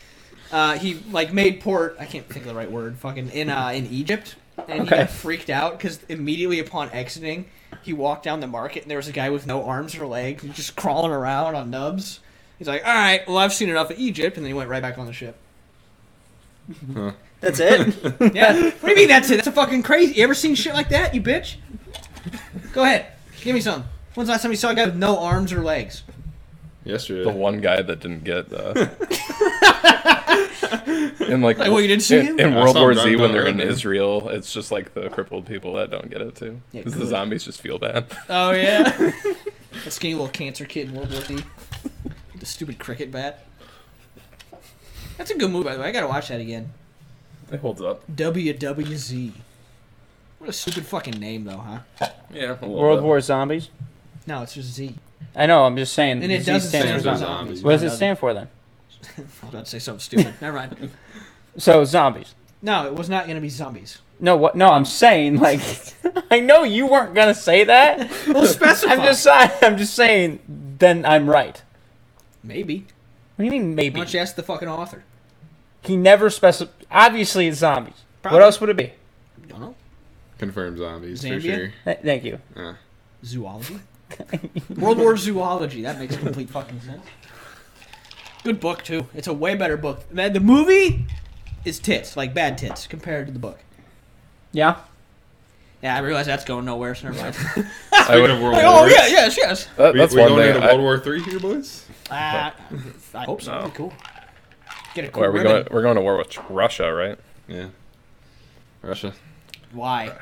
C: Uh he like made port I can't think of the right word, fucking in uh in Egypt. And he
A: Okay.
C: got freaked out because immediately upon exiting, he walked down the market and there was a guy with no arms or legs and just crawling around on nubs. He's like, Alright, well I've seen enough of Egypt and then he went right back on the ship.
A: That's it.
C: Yeah. What do you mean that's it? That's a fucking crazy. You ever seen shit like that, you bitch? Go ahead. Give me some. When's the last time you saw a guy with no arms or legs?
B: Yesterday.
D: the one guy that didn't get the And like,
C: Like, what, you didn't see
D: in,
C: him?
D: in
B: I
D: World
B: saw him
D: War
B: drive
D: Z
B: down
D: when
B: the
D: they're in
B: road, dude.
D: Israel, it's just like the crippled people that don't get it too, because the
C: good.
D: zombies just feel bad.
C: Oh yeah, a skinny little cancer kid in World War Z. With The stupid cricket bat. That's a good movie, by the way. I gotta watch that again.
D: It holds up.
C: WWZ. What a stupid fucking name, though, huh?
D: Yeah. a little
A: World
D: bit.
A: War Zombies.
C: No, it's just Z.
A: I know. I'm just saying.
C: And it
A: Z
C: doesn't
A: stands
C: stand
A: for
B: for
A: zombies.
B: zombies.
A: What does it stand for then?
C: I'm about to say something stupid. Never mind.
A: So zombies.
C: No, it was not gonna be zombies.
A: No, what? No, I'm saying like, I know you weren't gonna say that.
C: Well, specify.
A: I'm just saying. I'm just saying. Then I'm right.
C: maybe.
A: What do you mean
C: Why
A: maybe?
C: don't you ask the fucking author?
A: He never specified. Obviously, it's zombies.
C: Probably.
A: What else would it be?
C: Don't know.
B: Confirmed zombies
C: Zambia?
B: for sure.
A: Th- thank you.
B: Yeah.
C: Zoology. World War Zoology. That makes complete fucking sense. Good book too. It's a way better book. Man, the movie is tits, like bad tits, compared to the book.
A: Yeah.
C: Yeah, I realize that's going nowhere. So never mind.
D: I would-
B: Speaking of World
C: Like,
B: War,
C: oh yeah, yes, yes.
D: that-
B: we,
D: that's
B: we
D: one
B: going
D: thing.
B: into
D: I-
B: World War Three here, boys.
C: Uh, I hope so.
D: No.
C: That'd be cool. Get a cool
D: where are we
C: ribbon.
D: going? We're going to war with Russia, right?
B: Yeah. Russia.
C: Why,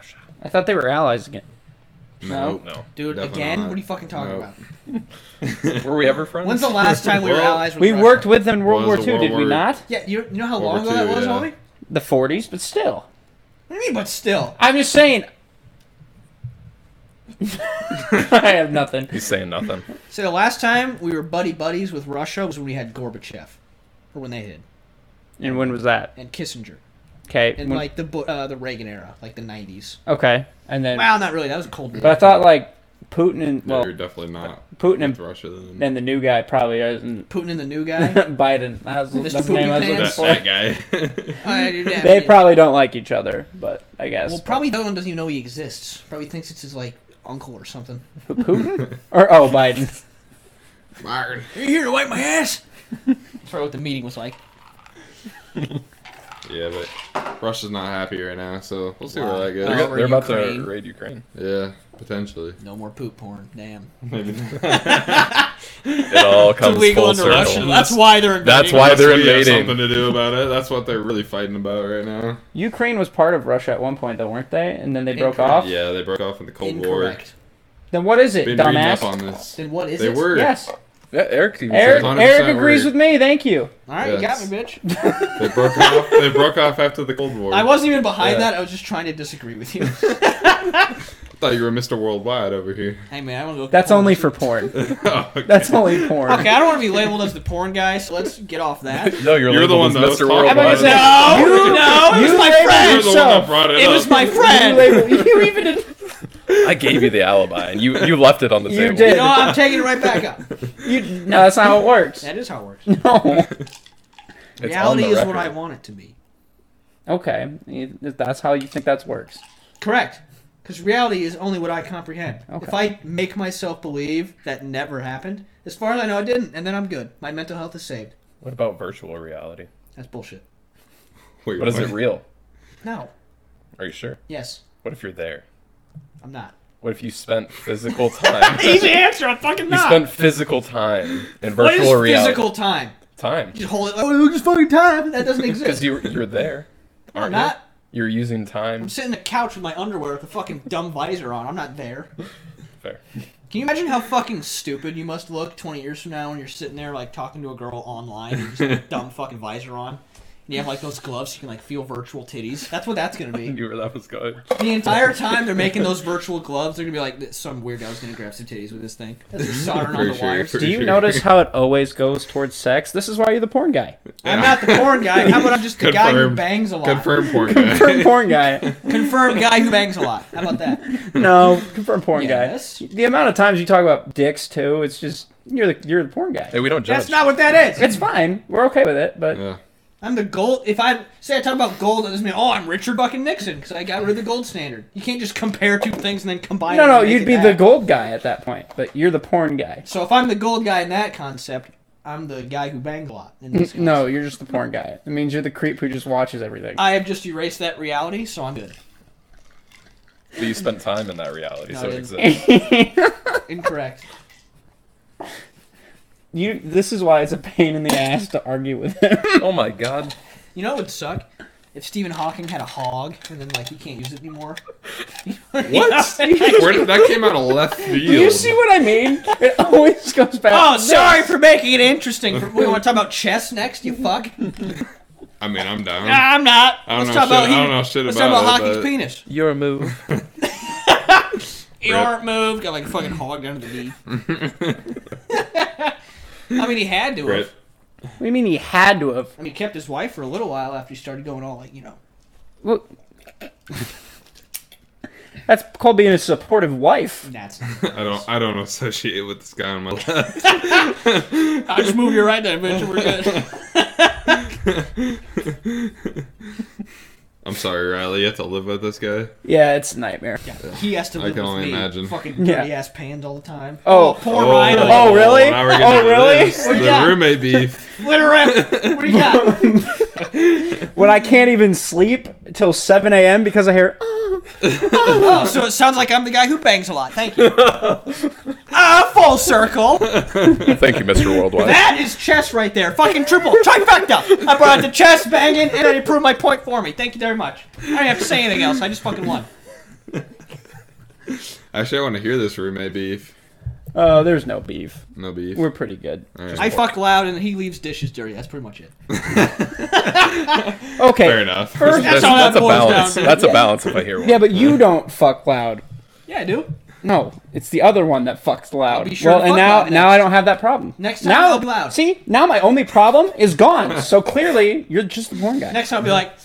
A: I thought they were allies again.
B: No.
D: No.
C: dude?
B: Definitely
C: again?
B: not.
C: What are you fucking talking
B: No.
C: about?
D: Were we ever friends?
C: When's the last time we were
B: Well,
C: allies? With
A: We
C: Russia?
A: worked with them in World
B: Was
A: War
B: the
A: II,
B: World
A: did we
B: War-
A: not?
C: Yeah, you you know how
B: World
C: long ago
B: War
C: that
B: Two,
C: was,
B: yeah.
C: homie?
A: The 40s, but still.
C: What do you mean? But still,
A: I'm just saying. I have nothing.
D: He's saying nothing.
C: so the last time we were buddy buddies with Russia was when we had Gorbachev, or when they did,
A: And when was that?
C: and Kissinger,
A: Okay.
C: and
A: when-
C: like the Bu- uh, the Reagan era, like the '90s.
A: okay. And then.
C: Well, not really. That was a cold
A: But I
C: war.
A: thought like Putin and
B: Well,
A: well,
B: you're definitely not
A: Putin
B: with
A: and,
B: Russia. Then.
A: and the new guy probably isn't
C: Putin and the new guy.
A: Biden. That was,
C: Mr.
A: that's the name I was
C: Putin
A: looking
B: that,
C: Pants.
A: for.
B: that guy.
C: I didn't have
A: They
C: any-
A: probably don't like each other, but I guess
C: well probably no one doesn't even know he exists. Probably thinks it's his like uncle or something.
A: Putin or oh Biden.
B: Martin.
C: Are you here to wipe my ass? That's probably what the meeting was like.
B: Yeah, but Russia's not happy right now, so we'll see where that
D: They're,
B: goes.
C: Over
D: they're about
C: Ukraine.
D: to raid Ukraine.
B: Yeah, potentially.
C: No more poop porn. Damn.
B: Maybe.
D: It all comes full circle.
C: That's why they're invading.
D: That's why they're
B: We have something
D: invading.
B: to do about it. That's what they're really fighting about right now.
A: Ukraine was part of Russia at one point, though, weren't they? And then they broke
C: Incorrect.
A: off.
B: Yeah, they broke off in the Cold
C: incorrect.
A: Then what is it,
B: War. Been reading up on
A: dumbass?
B: this.
C: Then what is
B: They
C: it?
B: were.
A: Yes,
D: Yeah, Eric, even
A: Eric.
D: said
B: 100%
D: it.
A: Eric agrees
B: word.
A: with me. Thank you.
C: All right,
B: Yes.
C: you got me, bitch.
B: They broke off. They broke off after the Cold War.
C: I wasn't even behind
D: Yeah.
C: that. I was just trying to disagree with you.
B: I thought you were Mr. Worldwide over here.
C: hey man, I want to go.
A: That's
C: porn.
A: only for porn.
B: Oh, okay.
A: That's only porn.
C: Okay, I don't want to be labeled as the porn guy, so let's get off that.
D: No, you're,
B: You're the
D: labeled
B: one
D: as
B: that was
D: Mr.
B: talking.
A: I'm
D: Worldwide.
A: gonna say you,
C: no, it was
A: you
C: my
A: labeled
C: friend.
B: You're the one that
A: yourself.
B: brought it,
C: It
B: up.
C: was my
A: You,
C: friend.
A: labeled, you even did,
D: I gave you the alibi, and you, you left it on the
A: You
D: table.
A: did.
C: No, I'm taking it right back up.
A: you. No, that's not how it works.
C: That is how it works.
A: No.
D: It's on
C: Reality
D: the
C: is what I
D: record.
C: want it to be.
A: Okay, you- that's how you think that works.
C: Correct. Because reality is only what I comprehend.
A: Okay.
C: If I make myself believe that never happened, as far as I know, it didn't, and then I'm good. My mental health is saved.
D: What about virtual reality?
C: That's bullshit.
B: Wait,
D: But is
B: what?
D: it real?
C: No.
D: Are you sure?
C: Yes.
D: What if you're there?
C: I'm not.
D: What if you spent physical time?
C: Easy answer. I'm fucking
D: you spent physical time in virtual
C: What is
D: reality.
C: physical time?
D: time?
C: Just hold it. Like, oh, just fucking time. That doesn't
D: Because
C: exist.
D: you, you're there.
C: I'm
D: aren't
C: not.
D: You're using time.
C: I'm sitting on the couch with my underwear with a fucking dumb visor on. I'm not there.
D: Fair.
C: Can you imagine how fucking stupid you must look 20 years from now when you're sitting there like talking to a girl online and you just have a dumb fucking visor on? And you have like those gloves, so you can like feel virtual titties. That's what that's gonna
D: I
C: be.
D: knew where that was going.
C: The entire time they're making those virtual gloves, they're gonna be like, some weird guy's gonna grab some titties with this thing. That's just soldering on the
B: Pretty sure-
C: wires.
A: Do
B: pretty
A: you
B: sure.
A: notice how it always goes towards sex? This is why you're the porn guy.
C: I'm not the porn guy. How about I'm just the guy who
B: Confirmed.
C: bangs a lot?
B: Confirm porn
A: Confirm
B: guy.
A: porn guy.
C: Confirmed guy who bangs a lot. How about that?
A: No, confirm porn
C: Yes.
A: guy. The amount of times you talk about dicks too, it's just you're the you're the porn guy.
D: Hey, we don't judge.
C: That's not what that is.
A: It's fine. We're okay with it, but
B: yeah.
C: I'm the gold. If I say I talk about gold, that doesn't mean oh I'm Richard fucking Nixon because I got rid of the gold standard. You can't just compare two things and then combine.
A: no,
C: them
A: no,
C: and make
A: you'd
C: it
A: be
C: that.
A: the gold guy at that point, but you're the porn guy.
C: So if I'm the gold guy in that concept, I'm the guy who bangs a lot. In this
A: No,
C: concept.
A: you're just the porn guy. It means you're the creep who just watches everything.
C: I have just erased that reality, so I'm good.
D: But you spent time in that reality,
C: No,
D: so
C: I
D: it
C: didn't.
D: exists.
C: Incorrect.
A: you. This is why it's a pain in the ass to argue with him.
D: Oh my god.
C: You know what would suck? If Stephen Hawking had a hog and then like he can't use it anymore.
B: What? Where did, that came out of left
A: you
B: field.
A: see what I mean? It always goes back.
C: Oh, sorry for making it interesting. For, we want to talk about chess next, you fuck.
B: I mean, I'm down.
C: I'm not.
B: I don't know
C: Ah, Let's talk
B: shit-
C: about
B: I
C: he-
B: don't know shit
C: Let's
B: about
C: talk about
B: it,
C: Hawking's
B: but-
C: penis.
F: Your move.
C: You aren't moved. Got like a fucking hog down to the knee. I mean, he had to
B: Right.
C: have.
A: What do you mean he had to have?
C: I mean, he kept his wife for a little while after he started going all like you know.
A: Well, that's called being a supportive wife.
C: That's.
B: I don't. I don't associate with this guy on my left.
C: I just move you right there, bitch. We're good.
B: I'm sorry, Riley. You have to live with this guy.
A: Yeah, it's a nightmare.
C: He has to
B: I
C: live
B: can
C: with
B: only
C: me.
B: imagine.
C: Fucking
A: Yeah.
C: dirty ass pans all the time.
A: Oh.
C: poor Riley.
A: Oh, really?
B: now we're getting
A: Oh,
B: into
A: really?
B: this.
C: What do you
B: The
C: got?
B: roommate beef.
C: Let her rip. Oh. What do you got?
A: When I can't even sleep till 7 a.m. because I hear,
C: Oh, so it sounds like I'm the guy who bangs a lot. Thank you. Ah, full circle.
D: Thank you, Mr. Worldwide.
C: That is chess right there. Fucking triple trifecta. I brought out the chess banging, and it proved my point for me. Thank you very much. I don't have to say anything else. I just fucking won.
B: Actually, I want to hear this roommate beef.
A: oh, there's no beef.
B: No beef.
A: We're pretty good.
B: All right.
C: I fuck loud, and he leaves dishes dirty. That's pretty much it.
A: Okay.
B: Fair enough.
C: That's all that
D: a
C: boils down
D: balance.
C: to.
D: That's a balance if I hear one.
A: Yeah, but you don't fuck loud.
C: Yeah, I do.
A: No, it's the other one that fucks loud.
C: be sure
A: well,
C: to
A: and
C: fuck
A: now
C: loud
A: now
C: next.
A: I don't have that problem.
C: Next time
A: now,
C: I'll be loud.
A: See, now my only problem is gone. so clearly, you're just the porn guy.
C: Next time I'll be like, "Oh,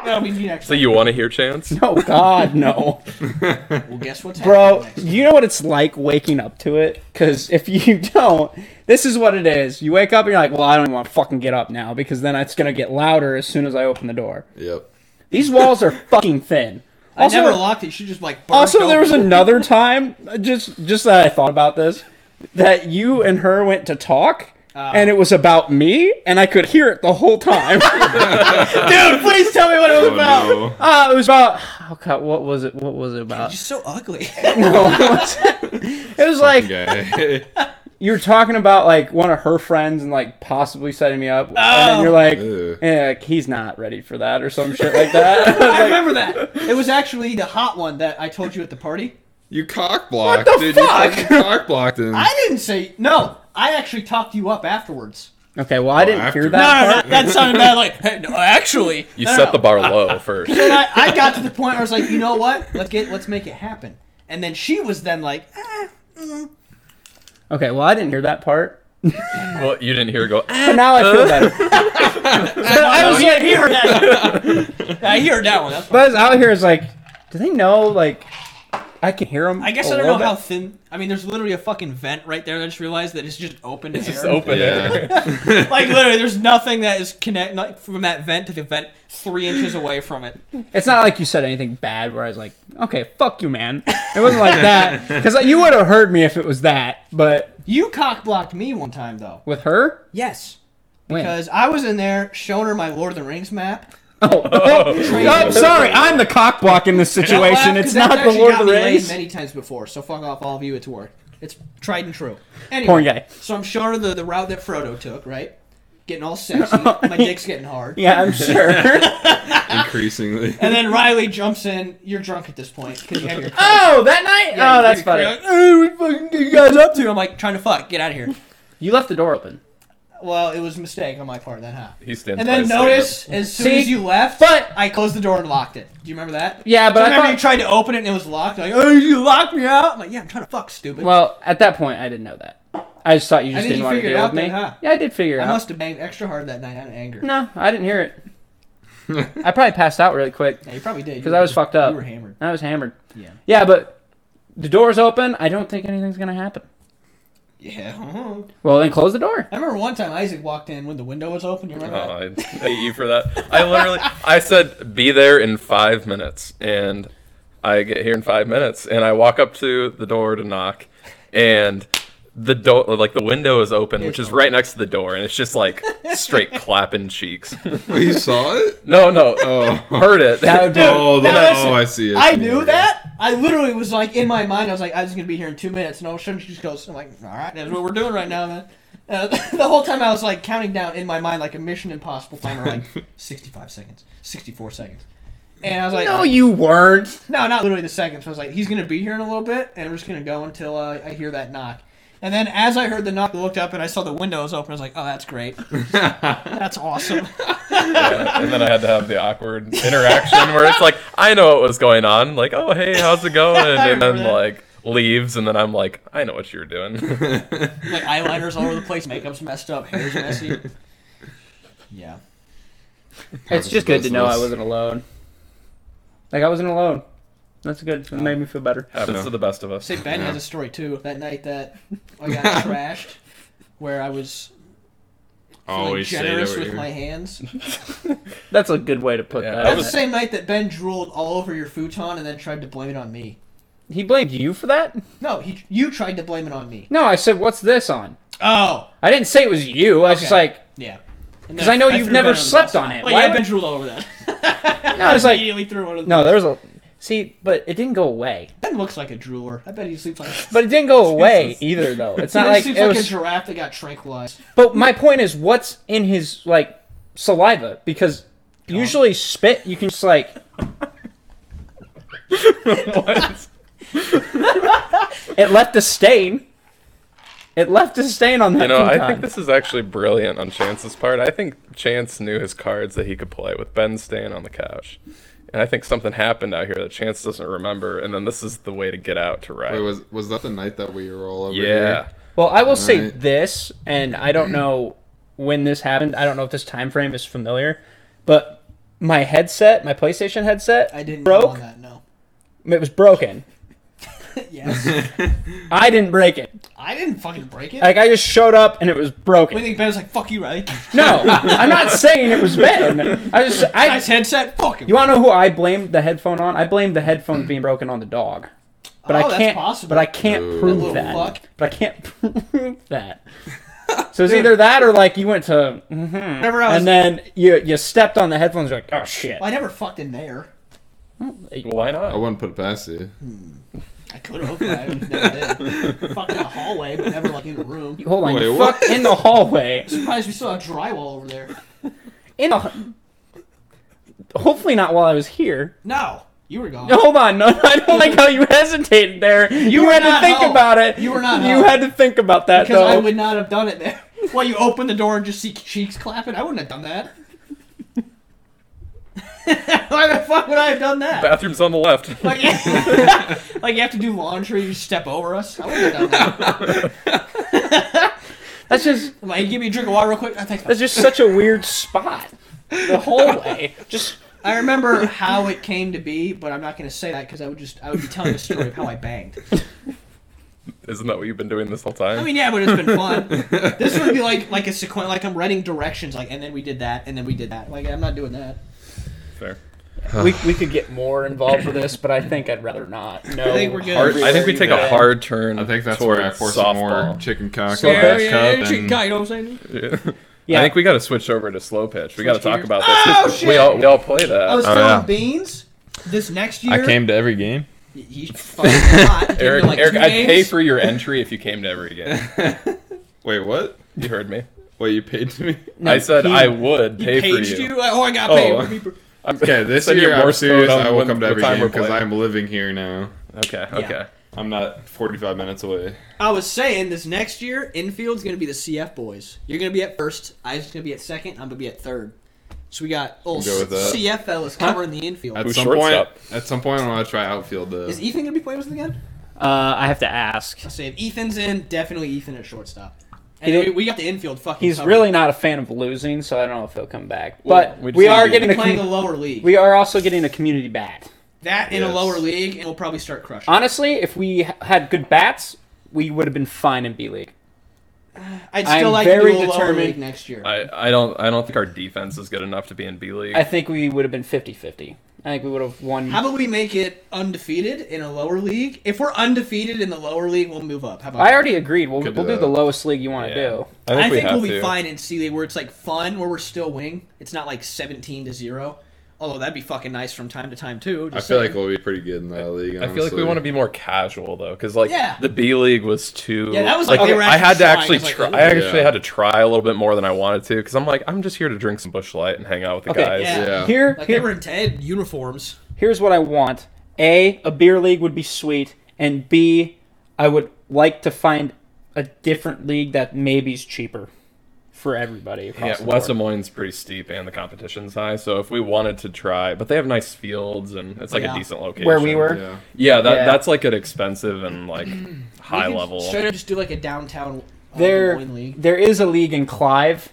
D: So,
C: no, we need next.
D: so you want to hear Chance?
A: oh God, no,
C: Well, guess what's
A: bro.
C: happening next?
A: You know what it's like waking up to it? Because if you don't, this is what it is. You wake up and you're like, well, I don't even want to fucking get up now because then it's gonna get louder as soon as I open the door.
B: Yep.
A: These walls are fucking thin.
C: I
A: Also,
C: never locked it. You should just like. burn
A: Also,
C: down-
A: there was another time, just just that I thought about this, that you and her went to talk, and it was about me, and I could hear it the whole time. Dude, please tell me what it was
B: Oh,
A: about.
B: no.
A: Uh, it was about. Oh God, what was it? What was it about?
C: You're so ugly.
A: No, it was- it was like
B: Okay.
A: you were talking about like one of her friends and like possibly setting me up, and then you're like,
B: Ew.
A: eh, like, he's not ready for that or some shit like that. I was
C: I
A: like,
C: remember that. It was actually the hot one that I told you at the party.
B: You cock blocked,
A: What the
B: dude.
A: fuck?
B: You fucking cock blocked him.
C: I didn't say no. I actually talked you up afterwards.
A: okay, well, I didn't hear
B: after-
A: that. part.
C: that sounded bad. Like, hey, no, actually,
D: You
C: No, no,
D: set
C: no.
D: the bar low first.
C: And I, I got to the point where I was like, you know what? Let's get, let's make it happen. And then she was then like, eh.
A: Okay, well, I didn't hear that part.
D: Well, you didn't hear it go. "Ah."
A: But now I feel better. but I was like,
C: hear that. I hear that one. That's fine.
A: but I was out here is like, do they know? Like, I can hear them.
C: I guess I don't know how thin. I mean, there's literally a fucking vent right there. I just realized that it's just open it's air.
D: Just open it.
B: Yeah.
C: Like literally, there's nothing that is connect not from that vent to the vent three inches away from it.
A: It's not like you said anything bad where I was like, okay, fuck you, man. It wasn't like that because you would have heard me if it was that. But
C: You cock blocked me one time though.
A: with her,
C: Yes.
A: when?
C: Because I was in there showing her my Lord of the Rings map.
A: oh, I'm sorry, I'm the cock block in this situation.
C: Laugh, 'cause
A: It's
C: that's
A: not the
C: actually
A: Lord
C: got
A: of the
C: me laid
A: Rings.
C: Many times before, so fuck off, all of you. It's work. It's tried and true. Anyway,
A: Porn guy.
C: So I'm showing her the, the route that Frodo took, right? Getting all sexy. my dick's getting hard.
A: Yeah, I'm sure.
B: Increasingly.
C: And then Riley jumps in. You're drunk at this point because you have your.
A: oh, that night?
C: Yeah,
A: oh, that's
C: you're-
A: funny.
C: you're like,
A: Oh, what fucking you guys up to?
C: I'm like trying to fuck. Get out of here.
A: You left the door open.
C: Well, it was a mistake on my part then, huh?
D: He stands.
C: And
D: by
C: then
D: his
C: notice as soon
A: See?
C: as you left,
A: But-
C: I closed the door and locked it. Do you remember that?
A: Yeah, but
C: So
A: I
C: remember
A: thought-
C: you tried to open it and it was locked. Like, oh, you locked me out. I'm like, yeah, I'm trying to fuck, stupid.
A: Well, at that point, I didn't know that. I just thought you just
C: think
A: didn't
C: you
A: want to
C: figured it
A: deal
C: out
A: with me.
C: then, huh?
A: Yeah, I did figure it
C: I
A: out.
C: must have banged extra hard that night out of anger.
A: No, I didn't hear it. I probably passed out really quick
C: Yeah, you probably did.
A: because I was fucked up.
C: You were hammered.
A: I was hammered.
C: Yeah.
A: Yeah, but the door's open. I don't think anything's gonna happen.
C: Yeah.
A: Well, then close the door.
C: I remember one time Isaac walked in when the window was open. You remember? that?
D: Oh, I hate you for that. I literally, I said, be there in five minutes, and I get here in five minutes, and I walk up to the door to knock, and the door, like the window is open, which is right next to the door, and it's just like straight clapping cheeks.
B: Wait, Oh, you saw it?
D: No, no,
B: Oh.
D: heard it.
A: That would be-
B: oh, the,
C: now listen,
B: oh, I see it.
C: I knew that. I literally was like in my mind, I was like, I'm just gonna be here in two minutes, and all of a sudden she just goes, I'm like, all right, that's what we're doing right now, man. Uh, the whole time I was like counting down in my mind like a Mission Impossible timer, like 65 seconds, 64 seconds, and I was like,
G: No, you weren't.
C: no, not literally the seconds. I was like, he's gonna be here in a little bit, and we're just gonna go until uh, I hear that knock. And then as I heard the knock, I looked up and I saw the windows open. I was like, oh, that's great, that's awesome.
D: and then I had to have the awkward interaction where it's like, I know what was going on, like, oh hey, how's it going?
C: I
D: And then
C: remember that.
D: like leaves, and then I'm like, I know what you're doing.
C: like eyeliners all over the place, makeup's messed up, hair's messy. Yeah.
A: It's just good to know I wasn't alone. Like I wasn't alone. That's good. It made me feel better.
D: Happens
B: So-
D: to the best of us.
C: Say Ben has a story too. That night that I got trashed, where I was feeling
B: always stayed
C: generous
B: over
C: with
B: here.
C: my hands.
A: That's a good way to put
D: Yeah,
A: that.
D: I
C: That was the
D: was-
C: same night that Ben drooled all over your futon and then tried to blame it on me.
A: He blamed you for that?
C: No, he, you tried to blame it on me.
A: No, I said, "What's this on?"
C: Oh,
A: I didn't say it was you. I was just
C: Okay.
A: like,
C: yeah.
A: because I know you've never slept on it.
C: Well,
A: Why
C: yeah,
A: would-
C: Ben drooled all over that.
A: No, it's like-
C: immediately threw one of
A: No, there was a. See, but it didn't go away.
C: Ben looks like a drooler. I bet he sleeps like. It's
A: But it didn't go away either, though. It's not like
C: sleeps
A: it
C: like a
A: was.
C: giraffe that got tranquilized.
A: But my point is, what's in his like saliva? Because usually spit, you can just like. it left a stain. It left a stain on that.
D: You know, I
A: futon.
D: think this is actually brilliant on Chance's part. I think Chance knew his cards that he could play with Ben staying on the couch. And I think something happened out here that Chance doesn't remember, and then this is the way to get out to right.
B: Wait, was was that the night that we were all over
D: yeah.
A: Well, I will say
B: Alright.
A: this, and I don't know when this happened. I don't know if this time frame is familiar, but my headset, my PlayStation headset,
C: I didn't know
A: broke.
C: on that. No.
A: It was broken.
C: yes.
A: I didn't break it.
C: I didn't fucking break it.
A: Like I just showed up and it was
C: What do
A: broken.
C: you think Ben was like, fuck you, Riley?
A: No, I'm not saying it was Ben. I just I.
C: Nice headset, fuck him.
A: You want to know who I blamed the headphone on? I blamed the headphones being broken on the dog. But
C: Oh,
A: I
C: that's
A: can't.
C: possible.
A: But I can't
B: Ooh.
C: That little
A: prove that.
C: fuck.
A: But I can't prove that. So it's either that or like you went to mm-hmm,
C: Whenever I was,
A: and then you you stepped on the headphones. You're like, oh shit.
C: I never fucked in there.
D: Why
B: I
D: not?
B: wouldn't put it past you.
C: I could have, but I never did. fucked in the hallway, but never like in the room.
A: Hold on,
B: Wait,
A: you
B: what?
A: fuck in the hallway.
C: Surprised we still have drywall over there.
A: In the. Hopefully not while I was here.
C: No, you were gone.
A: No, Hold on, no, I don't like how you hesitated there. You,
C: were
A: had to
C: not
A: think
C: home.
A: about it.
C: You were not
A: You
C: home.
A: had to think about that
C: because
A: though.
C: I would not have done it there. Well, you open the door and just see cheeks clapping. I wouldn't have done that. Why the fuck would I have done that?
D: Bathroom's on the left.
C: Like, like you have to do laundry, you step over us. I wouldn't have done that.
A: That's just
C: I'm like, give me a drink of water real quick. Oh, I think
A: that's just such a weird spot. The hallway. Just
C: I remember how it came to be, but I'm not going to say that because I would just I would be telling a story of how I banged.
D: Isn't that what you've been doing this whole time?
C: I mean, yeah, but it's been fun. this would be like like a sequence, like I'm writing directions, like and then we did that, and then we did that. Like I'm not doing that.
D: Fair.
A: we, we could get more involved with this, but I think I'd rather not. No.
C: I think we're good.
D: Hard- I think we
A: Everywhere
D: take
A: you
D: a
A: go.
D: hard turn.
B: I think that's
D: towards
B: where I forced some more
D: softball.
B: chicken cock.
A: So-
B: and
A: Yeah,
B: hash cup and-
C: you know what I'm saying?
A: Yeah.
D: I think we got to switch over to slow pitch. We got to
C: Switch
D: talk
C: gears?
D: about this. 'cause
C: Oh,
D: We
C: shit!
D: all we all play that.
C: I was
B: Oh,
C: throwing
B: yeah.
C: beans this next year.
B: I came to every game.
C: He's fucking hot. Give me,
D: Eric,
C: like,
D: Eric,
C: two
D: I'd pay
C: games.
D: for your entry if you came to every game.
B: Wait, what?
D: You heard me.
B: Wait, you paid to me?
D: I said
A: he-
D: I would pay
C: Paged
D: for you.
C: you? Oh, I got
D: Oh.
C: paid.
D: I'm-
B: Okay, this
D: Send
B: year
D: your
B: I'm
D: worst
B: serious.
D: vote on
B: I will
D: when-
B: come to
D: what
B: every
D: time
B: game
D: we're
B: because
D: playing.
B: I'm living here now.
D: Okay, okay.
B: I'm not 45 minutes away.
C: I was saying this next year, infield's gonna be the CF boys. You're gonna be at first. I's gonna be at second. I'm gonna be at third. So we got old
B: Go with that.
C: CF fellas covering the infield.
B: At
D: Who's
B: some point,
D: shortstop?
B: at some point, I want to try outfield. Though.
C: Is Ethan gonna be playing with us again?
A: Uh, I have to ask.
C: I'll say if Ethan's in, definitely Ethan at shortstop.
A: He
C: And
A: did-
C: we, we got the infield fucking.
A: He's
C: covered.
A: really not a fan of losing, so I don't know if he'll come back.
D: Well,
A: But
D: we
A: we,
D: just need
A: are
D: to-
A: getting a
C: playing a
A: com-
C: lower league.
A: we are also getting a community bat.
C: that in a
B: Yes.
C: lower league, and we'll probably start crushing.
A: Honestly, if we h- had good bats, we would have been fine in B League.
C: I'd
A: I'm
C: still like to do
A: very
C: a lower
A: determined.
C: league next year.
D: I, I don't I don't think our defense is good enough to be in B league.
A: I think we would have been 50-50. I think we would have won.
C: How about we make it undefeated in a lower league? If we're undefeated in the lower league, we'll move up. How about
A: I
C: that?
A: already agreed. We'll,
B: Could
A: we'll
B: do
A: do the
B: that.
A: lowest league you want to
D: Yeah.
A: do.
C: I think,
D: have
C: we'll be
D: to.
C: fine in C League where it's like fun, where we're still winning. It's not like seventeen to zero. Although that'd be fucking nice from time to time too.
B: I
C: just
B: feel like
C: saying.
B: we'll be pretty good in that league.
D: I feel like we want to be more casual though, because like
C: Yeah.
D: the B League was too.
C: Yeah, that was, like, they were
D: I had to
C: actually
D: actually
C: trying.
D: try.
C: It was
D: I
C: like,
D: actually
B: Yeah.
D: had to try a little bit more than I wanted to, because I'm like, I'm just here to drink some bush light and hang out with the
A: Okay,
D: guys.
C: yeah.
B: Yeah.
A: Here,
C: Like they
A: here
C: were in Ted uniforms.
A: here's what I want. A, a beer league would be sweet, and B, I would like to find a different league that maybe's cheaper for everybody. across
D: Yeah,
A: the
D: West Des
A: board.
D: Moines is pretty steep and the competition's high. So if we wanted to try, but they have nice fields and it's like
C: Yeah.
D: a decent location.
A: Where we were?
B: Yeah.
D: Yeah, that,
A: Yeah.
D: that's like an expensive and like high
C: We could
D: level.
C: Straight up, just do like a downtown uh, Des
A: there,
C: Moines league.
A: there is a league in Clive.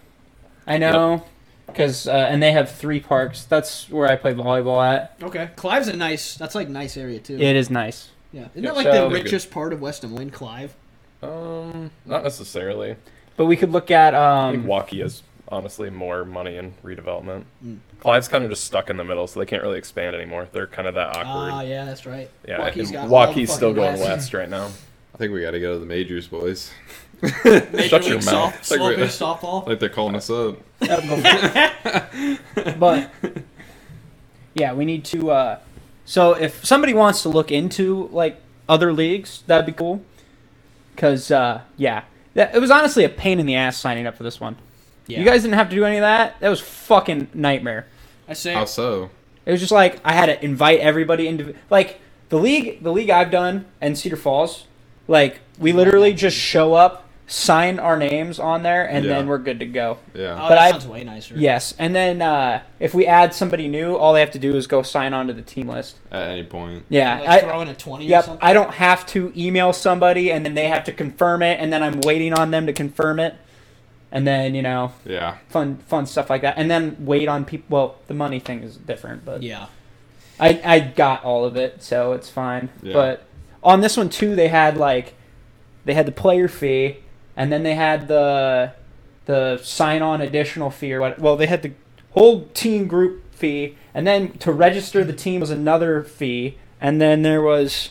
A: I know, because uh, and they have three parks. That's where I play volleyball at.
C: Okay, Clive's a nice. That's like nice area too.
A: It is nice.
C: Yeah, isn't
D: Yeah,
C: that like
D: so-
C: the richest part of West Des Moines, Clive?
D: Um, not necessarily.
A: But we could look at
D: I think
A: um,
D: Waukee is honestly more money in redevelopment.
C: Mm.
D: Clive's kind of just stuck in the middle, so they can't really expand anymore. They're kind of that awkward.
C: Ah, yeah, that's right.
D: yeah,
C: Waukee's
D: and
C: got all the
D: Waukee's still
C: fucking
D: going
C: west.
D: west right now.
B: I think we got to go to the majors, boys.
C: Major
D: Shut your
C: League
D: mouth.
C: Soft,
B: Like,
C: Slow
B: wait-
C: Pitch softball.
B: Like they're calling us up.
A: but yeah, we need to. Uh, so if somebody wants to look into like other leagues, that'd be cool. Cause uh, yeah, that, it was honestly a pain in the ass signing up for this one.
C: yeah.
A: You guys didn't have to do any of that. That was fucking nightmare.
C: I say
B: How so?
A: It was just like I had to invite everybody into like the league. The league I've done and Cedar Falls, like we literally just show up, sign our names on there, and
B: Yeah.
A: then we're good to go.
B: Yeah.
A: but
C: Oh, that
A: I-
C: sounds way nicer.
A: Yes, and then uh, if we add somebody new, all they have to do is go sign on to the team list.
B: At any point.
A: Yeah,
C: Like
A: I,
C: throw in a twenty or
A: yep.
C: something.
A: I don't have to email somebody, and then they have to confirm it, and then I'm waiting on them to confirm it, and then you know,
B: Yeah.
A: fun fun stuff like that, and then wait on people. Well, the money thing is different, but
C: yeah.
A: I I got all of it, so it's fine.
B: Yeah.
A: But on this one too, they had like they had the player fee, and then they had the the sign on additional fee or what? Well, they had the whole team group fee, and then to register the team was another fee, and then there was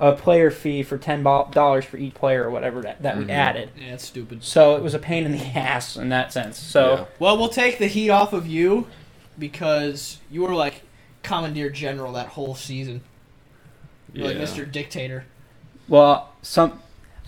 A: a player fee for ten dollars for each player or whatever that, that
B: Mhm.
A: we added.
C: Yeah, that's stupid.
A: So it was a pain in the ass in that sense. So
C: Well, we'll take the heat off of you because you were like commandeer general that whole season. You
B: Yeah.
C: were, Like Mr. Dictator.
A: well, some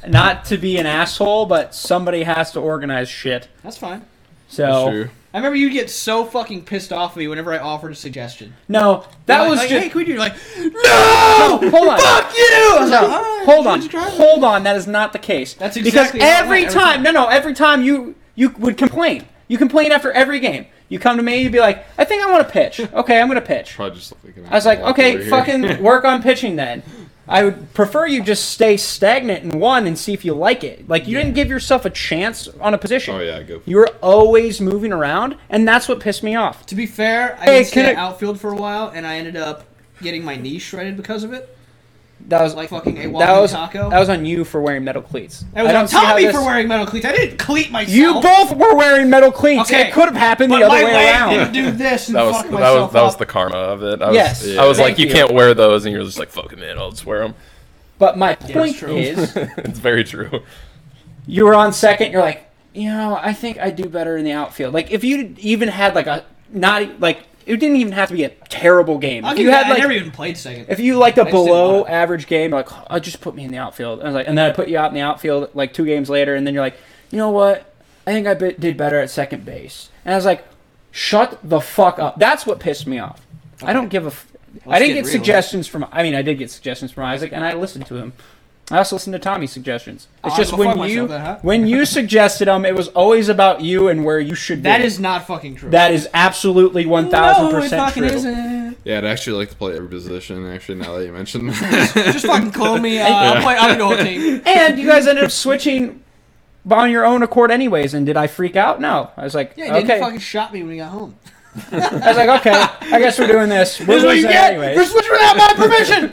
A: not to be an asshole, but somebody has to organize shit.
C: That's fine.
A: So
B: True.
C: I remember you'd get so fucking pissed off at me whenever I offered a suggestion.
A: no, that
C: Like-
A: was
C: like,
A: just.
C: hey, can we do like
A: no, hold on. Fuck you.
C: like, all right,
A: hold on.
C: just try it.
A: Hold on. That is not the case.
C: That's exactly how
A: because
C: it
A: every
C: went every
A: time,
C: time.
A: no, no, every time you you would complain. You complain after every game. You come to me, you'd be like, I think I want to pitch. Okay, I'm gonna pitch.
B: Probably just like an
A: I was like,
B: walk over
A: okay,
B: here.
A: fucking work on pitching then. I would prefer you just stay stagnant in one and see if you like it. Like you didn't give yourself a chance on a position.
B: Oh yeah, go. For
A: You were always moving around, and that's what pissed me off.
C: To be fair, I
A: Hey,
C: did stay
A: can
C: at
A: I-
C: outfield for a while, and I ended up getting my knee shredded because of it.
A: That was
C: Like fucking a
A: that
C: walking
A: was
C: taco.
A: that was on you for wearing metal cleats.
C: That was
A: I don't
C: on
A: see how
C: Tommy
A: this-
C: for wearing metal cleats. I didn't cleat myself.
A: You both were wearing metal cleats.
C: Okay,
A: It could have happened the
C: but
A: other
C: my
A: way
C: leg
A: around.
C: didn't do this and
D: That was
C: fuck
D: that
C: myself
D: was that was
C: up.
D: the karma of it. I was,
A: Yes.
B: Yeah.
D: I was
A: Thank
D: like, you,
A: you.
D: can't wear those, and you're just like, fuck it, man, I'll just wear them.
A: But my
C: it's
A: point
C: true.
A: is,
D: it's very true.
A: you were on second. You're like, you know, I think I do better in the outfield. Like if you even had like a not like it didn't even have to be a terrible game.
C: I'll
A: If
C: give
A: you
C: you
A: had
C: that. I never
A: like
C: even played second.
A: if you like a
C: just didn't
A: below
C: want it.
A: average game, you're like oh, just put me in the outfield. I was like, and then I put you out in the outfield like two games later, and then you're like, you know what? I think I bit, did better at second base. And I was like, shut the fuck up. That's what pissed me off. I don't give a. F- I didn't
C: get
A: get,
C: real.
A: suggestions from. I mean, I did get suggestions from Isaac, and I listened to him. I also listened to Tommy's suggestions. It's
C: Oh,
A: just
C: I'm gonna
A: when
C: fuck
A: you
C: myself then, huh?
A: when you suggested them, it was always about you and where you should.
C: That
A: be.
C: is not fucking true.
A: that is absolutely one thousand
C: Oh, no, it
A: percent
C: fucking
A: true.
C: isn't.
B: Yeah, I'd actually like to play every position. Actually, now that you mentioned that.
C: Just fucking clone me. Uh, I'll play underdog team.
A: And you guys ended up switching on your own accord, anyways. And did I freak out? No, I was like,
C: Yeah, he
A: okay.
C: didn't fucking shot me when he got home.
A: I was like, okay. I guess we're doing this. We're
C: what you
A: losing
C: get
A: anyways.
C: for switching without my permission.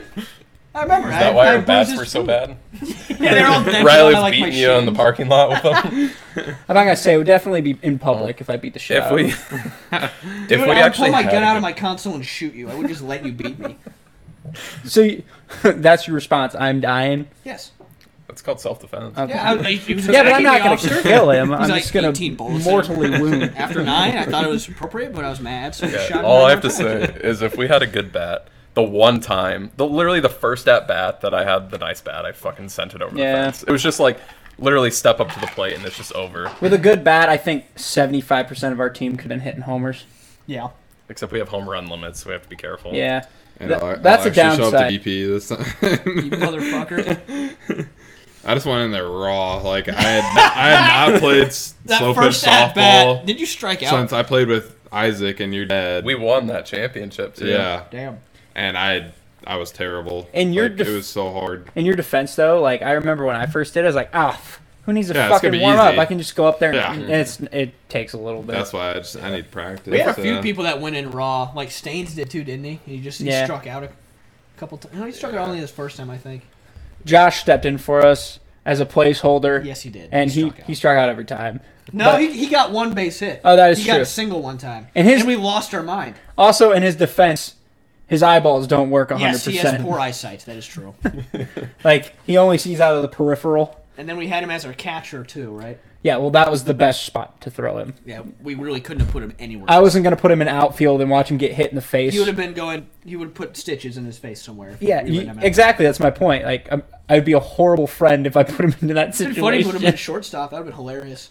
C: I remember.
D: Is that why our bats were so bad?
C: Yeah, they're all dental,
D: Riley's
C: I like my
D: beating you in the
C: shins.
D: parking lot with them.
A: I'm not gonna say it would definitely be in public if I beat the shit.
D: if
A: out
D: we,
A: of him.
D: if
C: Dude,
D: we
C: I would
D: actually
C: pull my gun
D: had-
C: out of my console and shoot you. I would just let you beat me.
A: so you, that's your response. I'm dying.
C: Yes.
D: that's called self defense.
A: Okay.
C: Yeah, I, was- he was
A: Yeah, but I'm
C: attacking
A: not
C: the
A: going
C: officer.
A: to kill him. I'm
C: He's like
A: just going
C: 18
A: to
C: bullets.
A: mortally wound.
C: After nine, I thought it was appropriate, but I was mad, so I
D: Yeah,
C: shot him
D: All
C: right
D: I have to
C: in the
D: say is if we had a good bat, the one time, the literally the first at bat that I had the nice bat, I fucking sent it over the
A: Yeah.
D: fence. It was just like literally step up to the plate and it's just over.
A: With a good bat, I think 75% of our team could have been hitting homers.
C: Yeah.
D: Except we have home run limits, so we have to be careful.
A: Yeah.
B: And
A: That-
B: I'll- I'll
A: that's a
B: actually Show up
A: downside.
B: to DP this time.
C: You motherfucker.
B: I just went in there raw. Like I had, I had not played s-
C: That
B: slow pitch
C: first at bat.
B: softball
C: Did you strike out?
B: since I played with Isaac and your dad.
D: We won that championship too.
B: yeah,
C: Damn.
B: and I, had- I was terrible.
A: And your
B: Like,
A: def-
B: it was so hard.
A: In your defense, though, like, I remember when I first did, I was like, ah, f- who needs a
B: Yeah, it's gonna
A: fucking
B: be
A: warm up?
B: easy.
A: I can just go up there and,
B: Yeah.
A: and it's, it takes a little bit.
B: That's why I just I need practice.
C: We had a
B: so-
C: few people that went in raw. Like Staines did too, didn't he? He just he
A: Yeah.
C: struck out a couple times. No, he struck out only his first time, I think.
A: Josh stepped in for us as a placeholder,
C: Yes, he did.
A: and he,
C: struck out.
A: he struck out every time.
C: no,
A: but-
C: he, he got one base hit.
A: Oh, that is
C: he got
A: true.
C: a single one time,
A: And his-
C: and we lost our mind.
A: Also, in his defense, his eyeballs don't work 100%.
C: Yes, he has poor eyesight. That is true.
A: Like, he only sees out of the peripheral.
C: and then we had him as our catcher too, right?
A: Yeah, well, that was the best spot to throw him.
C: Yeah, we really couldn't have put him anywhere.
A: I wasn't going to put him in outfield and watch him get hit in the face.
C: He would have been going. He would have put stitches in his face somewhere. if
A: Yeah,
C: we wouldn't
A: you-
C: have had him.
A: exactly. That's my point. Like, I'm, I'd be a horrible friend if I put him into that
C: It'd been funny. if He would have been
A: situation.
C: shortstop. That would have been hilarious.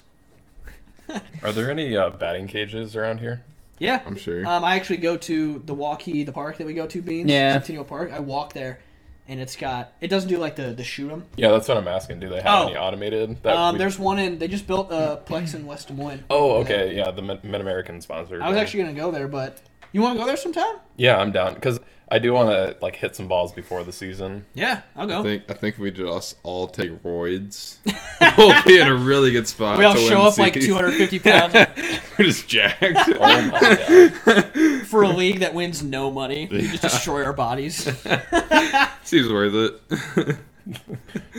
D: Are there any uh, batting cages around here?
C: Yeah,
B: I'm
A: Uh,
B: sure.
C: Um, I actually go to the Waukee, the park that we go to, Beans.
A: Yeah.
C: Centennial Park. I walk there, and it's got. It doesn't do like the the shoot 'em.
D: Yeah, that's what I'm asking. Do they have
C: Oh.
D: any automated? That
C: Um,
D: we-
C: there's one in. They just built a plex in West Des Moines.
D: Oh, okay. Yeah, the Mid American sponsor.
C: I was actually gonna go there, but you want to go there sometime?
D: Yeah, I'm down because I do want to like hit some balls before the season.
C: Yeah, I'll
B: I
A: oh.
C: go.
B: think I think we just all take roids. we'll be in a really good spot.
C: We all
B: to win
C: show
B: the
C: up like
B: series.
C: 250 pounds
B: We're just jacked.
D: Oh my God.
C: for a league that wins no money. We just destroy our bodies.
B: Seems worth it.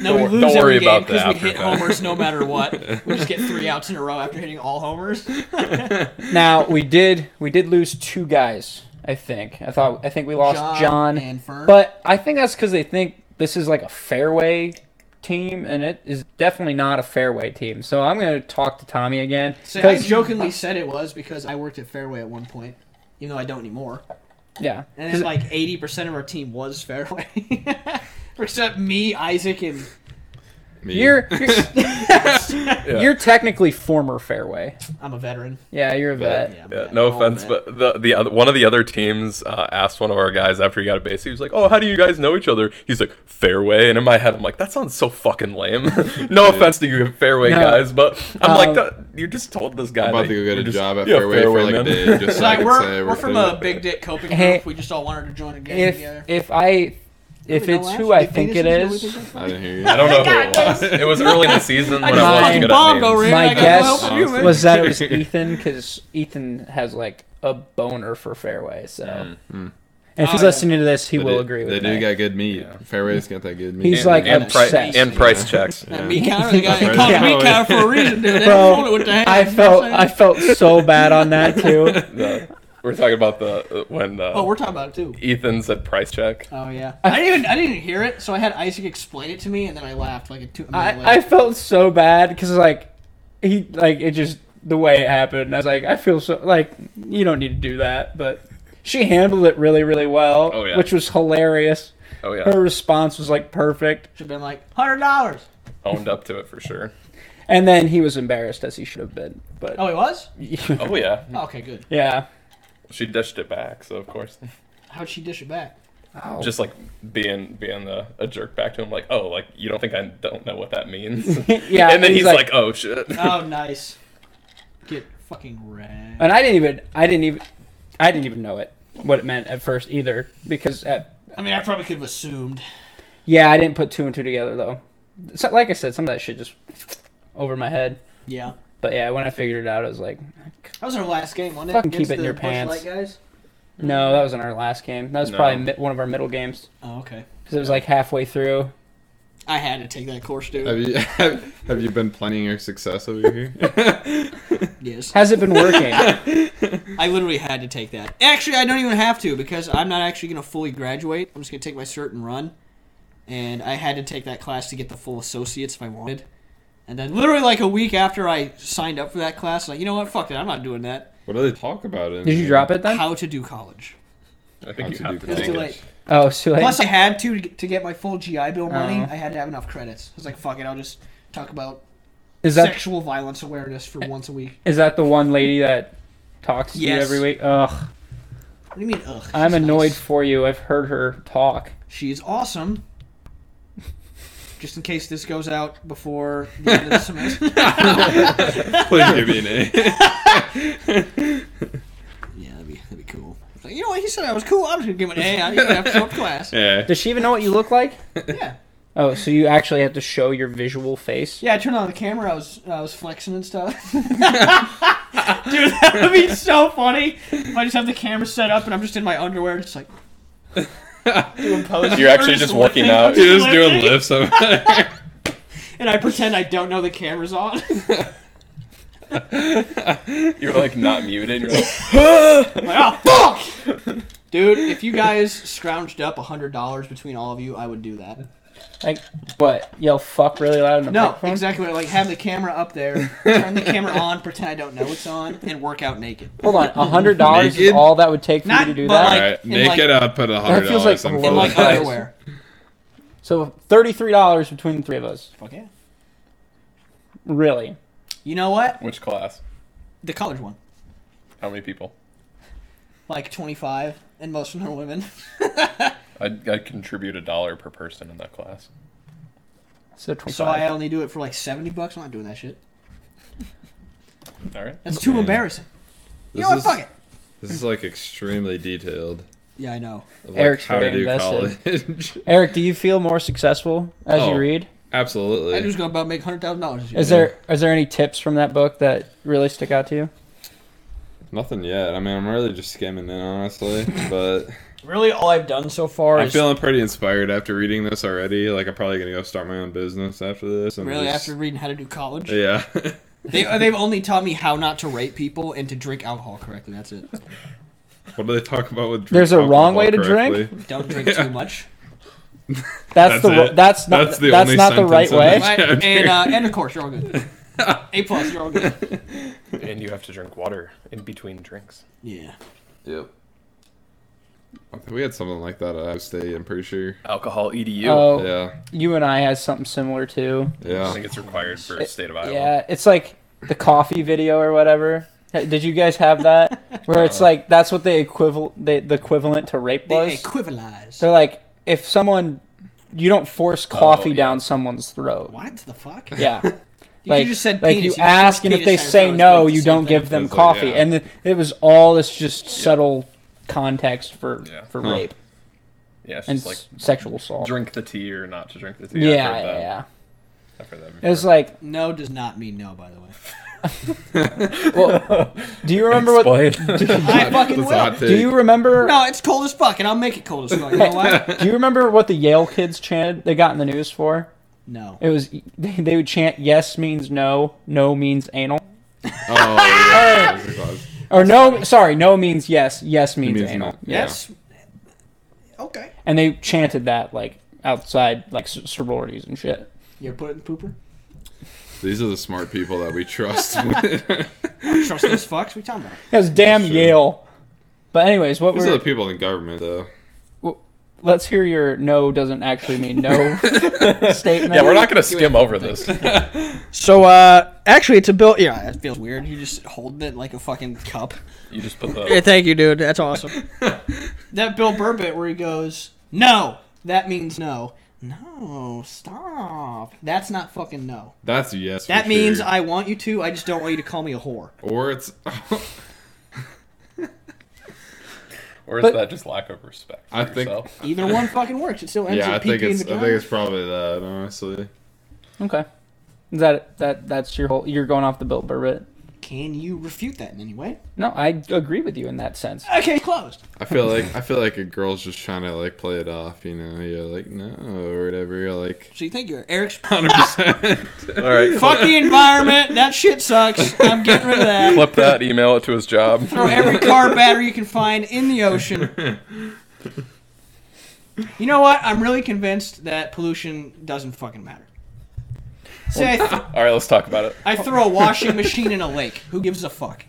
C: No, we
D: Don't-
C: lose
D: don't worry
C: every game
D: about the
C: because we hit
D: aftermath.
C: homers no matter what. We just get three outs in a row after hitting all homers.
A: now we did we did lose two guys. I think I thought I think we lost John,
C: and Fern.
A: but I think that's because they think this is like a fairway team, and it is definitely not a fairway team. So I'm gonna talk to Tommy again
C: Say, I
A: 'cause-
C: jokingly said it was because I worked at Fairway at one point, even though I don't anymore.
A: yeah,
C: And
A: 'Cause
C: then like eighty percent of our team was fairway, except me, Isaac, and
B: Me.
A: you're you're,
D: Yeah.
A: you're technically former fairway.
C: I'm a veteran.
A: Yeah, you're a vet.
C: I'm
D: Yeah,
C: a
D: no
C: veteran.
D: offense, but the the other, one of the other teams uh, asked one of our guys after he got a base. He was like, "Oh, how do you guys know each other?" He's like, "Fairway," and in my head, I'm like, "That sounds so fucking lame." no offense to you, fairway
A: No.
D: guys, but I'm
A: Um,
D: like, that, "You just told this guy."
B: I'm about
D: that
B: to go get
D: you're
B: a
D: just-
B: job at
D: yeah,
B: Fairway, for like
D: man."
B: a day, just
C: It's
B: so I
C: like
B: can say
C: we're, we're from a
B: fairway.
C: big dick coping group.
A: Hey.
C: we just all wanted to join a gang together.
A: If if I if it's who I think it is,
B: I didn't hear you.
D: I don't know who it was. It was early in the season when I wasn't good at
C: bombed
D: names.
C: over here.
A: my
C: I gotta
A: guess
C: help you, man.
A: was that it was Ethan because Ethan has like a boner for fairway. So,
D: Mm,
A: and if he's
C: Oh, yeah.
A: listening to this, he
B: They
A: will
B: do-
A: agree with
B: They
A: me.
B: do got good meat.
D: Yeah.
B: Fairway's got that good meat.
A: He's like
D: and, pri-
A: obsessed.
D: and price checks.
C: That meat counter, the guy
B: Right.
C: called the meat
B: Yeah.
C: counter for a reason, dude. They
A: Bro,
C: rolled it with the hand,
A: I
C: you know
A: felt
C: what I'm
A: I
C: saying?
A: felt so bad on that too.
D: The- we're talking about the uh, when uh,
C: Oh, we're talking about it too.
D: Ethan said price check.
C: Oh yeah, I didn't even I didn't even hear it, so I had Isaac explain it to me, and then I laughed like a two. a minute later.
A: I, I felt so bad because like he like it just the way it happened. I was like, I feel so like you don't need to do that, but she handled it really really well,
D: Oh, yeah.
A: which was hilarious.
D: Oh yeah,
A: Her response was like perfect,
C: should have been like hundred dollars.
D: owned up to it for sure.
A: and then he was embarrassed as he should have been. But
C: Oh, he was.
D: Oh yeah,
C: Okay, good.
A: yeah,
D: she dished it back, so of course,
C: How'd she dish it back?
A: Oh.
D: just like being being the, a jerk back to him, like, oh, like you don't think I don't know what that means?
A: yeah,
D: and then he's, like, oh shit.
C: Oh, nice. Get fucking red.
A: and I didn't even, I didn't even, I didn't even know it what it meant at first either because at,
C: I mean, I probably could have assumed.
A: yeah, I didn't put two and two together though. So, like I said, some of that shit just over my head.
C: Yeah.
A: But yeah, when I figured it out, I was like,
C: That was our last game, wasn't it?
A: Fucking keep
C: Against
A: it in
C: the
A: your
C: Bush
A: pants.
C: Light guys?
A: no, that wasn't our last game. That was
D: No.
A: probably mi- one of our middle games
C: Oh, okay.
A: because it was like halfway through.
C: I had to take that course, dude.
B: Have you have, have you been planning your success over here?
C: yes.
A: Has it been working?
C: I literally had to take that. Actually, I don't even have to because I'm not actually going to fully graduate. I'm just going to take my cert and run. and I had to take that class to get the full associates if I wanted. And then literally like a week after I signed up for that class, like you know what, fuck it, I'm not doing that.
B: What do they talk about? In
A: Did you drop it then?
C: How to do college?
H: I
B: How
H: think you
B: to
H: have
B: do
H: to.
C: It's
B: college.
C: too late.
A: Oh, it's too late.
C: Plus, I had to to get my full GI Bill money.
A: Oh.
C: I had to have enough credits. I was like, fuck it, I'll just talk about
A: is that
C: sexual violence awareness for once a week.
A: is that the one lady that talks to
C: Yes.
A: you every week? Ugh,
C: What do you mean? Ugh.
A: I'm
C: she's
A: annoyed
C: nice.
A: for you. I've heard her talk.
C: She's awesome. Just in case this goes out before the end of the semester.
B: Please give me an A.
C: Yeah, that'd be, that'd be cool. It's like, you know what? He said I was cool. I'm just gonna give him an A. I didn't even have to show up to class.
B: yeah.
A: Does she even know what you look like?
C: Yeah,
A: Oh, so you actually have to show your visual face?
C: yeah. I turned on the camera. I was I was flexing and stuff. Dude, that would be so funny. If I just have the camera set up and I'm just in my underwear, just like doing poses.
D: You're actually just working out.
B: You're just doing lifts. over there.
C: and I pretend I don't know the camera's on.
D: You're like not muted. You're like,
C: Like, oh, fuck! Dude, if you guys scrounged up $100 between all of you, I would do that.
A: Like, what? Yell fuck really loud in the
C: No,
A: microphone?
C: exactly. Like, have the camera up there, turn the camera on, pretend I don't know it's on, and work out naked.
A: Hold on, a hundred dollars is
B: Naked?
A: all that would take for
C: Not-
A: you to do
C: but,
A: that.
C: like,
B: Alright,
C: in
B: naked, it I'd put a hundred
A: feels
B: dollars
A: like
B: on
A: low.
C: In,
B: both.
C: like,
A: Nice.
C: underwear.
A: So thirty-three dollars between the three of us.
C: Fuck yeah.
A: Really?
C: You know what?
D: Which class?
C: The college one.
D: How many people?
C: Like 25, and most of them are women.
D: I'd, I'd contribute a dollar per person in that class.
A: So twenty-five.
C: So
B: uh,
C: I only do it for like 70 bucks. I'm not doing that shit.
D: All right.
C: That's too
B: Man.
C: embarrassing. You
B: This
C: know what?
B: is-
C: Fuck it.
B: This is like extremely detailed.
C: Yeah, I know.
B: Of like
A: Eric's
B: how to
A: very
B: do
A: invested.
B: college.
A: Eric, do you feel more successful as
B: Oh.
A: you read?
B: Absolutely.
C: I just gonna about make $100,000 this year.
A: Is there is there any tips from that book that really stick out to you?
B: Nothing yet. I mean, I'm really just skimming it, honestly. But
C: Really, all I've done so far
B: I'm
C: is.
B: feeling pretty inspired after reading this already. Like, I'm probably gonna go start my own business after this. And
C: Really,
B: just-
C: after reading How to Do College?
B: Yeah.
C: They, uh, they've only taught me how not to rape people and to drink alcohol correctly. That's it.
B: what do they talk about with? Drink
A: There's a wrong
B: alcohol
A: way to drink?
B: correctly?
C: Don't drink too much.
A: That's,
B: That's
A: the ro-
B: it.
A: that's not that's,
B: That's the only
A: not the right
B: sentence in
A: way.
B: this.
C: Right? And uh, and of course, you're all good. A plus, you're all good.
H: And you have to drink water in between drinks.
C: Yeah.
B: Yep. We had something like that at Iowa State. I'm pretty sure.
D: Alcohol E EDU.
A: Oh,
B: Yeah.
A: you and I had something similar too.
D: I
B: Yeah.
D: think it's required for
A: It-
D: state of Iowa.
A: Yeah, it's like the coffee video or whatever. Hey, Did you guys have that? Where it's like that's what they equivalent they, the equivalent to rape
C: They
A: was.
C: equivalize.
A: They're like if someone you don't force coffee
D: yeah.
A: down someone's throat.
C: What the fuck?
A: Yeah.
C: You
A: Like,
C: just said
A: like
C: penis.
A: you
C: just
A: ask,
C: said
A: and if
C: penis
A: they
C: and
A: say
C: it's
A: no,
C: like the
A: you
C: same
A: don't
C: thing.
A: give them
B: It's like,
A: coffee,
B: yeah.
A: and th- it was all this just subtle context for
D: Yeah.
A: for
B: Huh.
A: rape
D: Yeah, it's
A: and
D: just like
A: s- sexual assault.
D: drink the tea or not to drink the tea.
A: yeah,
D: I've
A: yeah,
D: heard that.
A: yeah.
D: I've heard that
A: It
D: before.
A: was like,
C: No does not mean no, by the way.
A: well, do you remember what?
C: I fucking
B: That's a hot
C: will.
A: Do
B: take.
A: you remember?
C: No, it's cold as fuck, and I'll make it cold as fuck. You know what?
A: Do you remember what the Yale kids chanted? They got in the news for
C: No.
A: it was they, they would chant "Yes means no, no means anal,"
B: Oh, yeah. that was a class.
A: or "No, sorry, no means yes, yes means,
B: means
A: anal."
B: no.
A: Yeah.
C: Yes. Okay.
A: and they chanted that like outside like s- sororities and shit.
C: You ever put it in the pooper?
B: These are the smart people that we trust.
C: Trust those fucks. We talking about?
A: That was damn
B: Sure.
A: Yale. But anyways, what
B: These are
A: were
B: the people in government, though.
A: let's hear your no doesn't actually mean no statement.
D: Yeah, we're not gonna skim over this.
C: So, uh, actually, it's a bill. Yeah, it feels weird. You're just holding it like a fucking cup.
D: You just put
C: Yeah,
D: the
C: thank you, dude. That's awesome. that Bill Burr bit where he goes, "No, that means no." No, stop. That's not fucking no.
B: That's a yes. for
C: That means
B: sure.
C: I want you to. I just don't want you to call me a whore.
B: Or it's.
D: or is
A: But-
D: that just lack of respect? For
B: I think-
D: yourself?
C: Either one fucking works. It still ends
B: yeah, I
C: with pee
B: think
C: pee in
B: it's.
C: the
B: I think it's
C: vagina.
B: probably that. Honestly.
A: Okay. Is that that that's your whole you're going off the Bill Burr bit.
C: Can you refute that in any way?
A: No, I agree with you in that sense.
C: Okay, closed.
B: I feel like I feel like a girl's just trying to like play it off, you know. You're like no or whatever. You're like
C: So you think you're Eric's?
B: hundred percent.
D: All right,
C: Fuck the environment. That shit sucks. I'm getting rid of that.
D: clip that, email it to his job.
C: Throw every car battery you can find in the ocean. You know what? I'm really convinced that pollution doesn't fucking matter. Say I, th-
D: All right, let's talk about it.
C: I throw a washing machine in a lake. Who gives a fuck?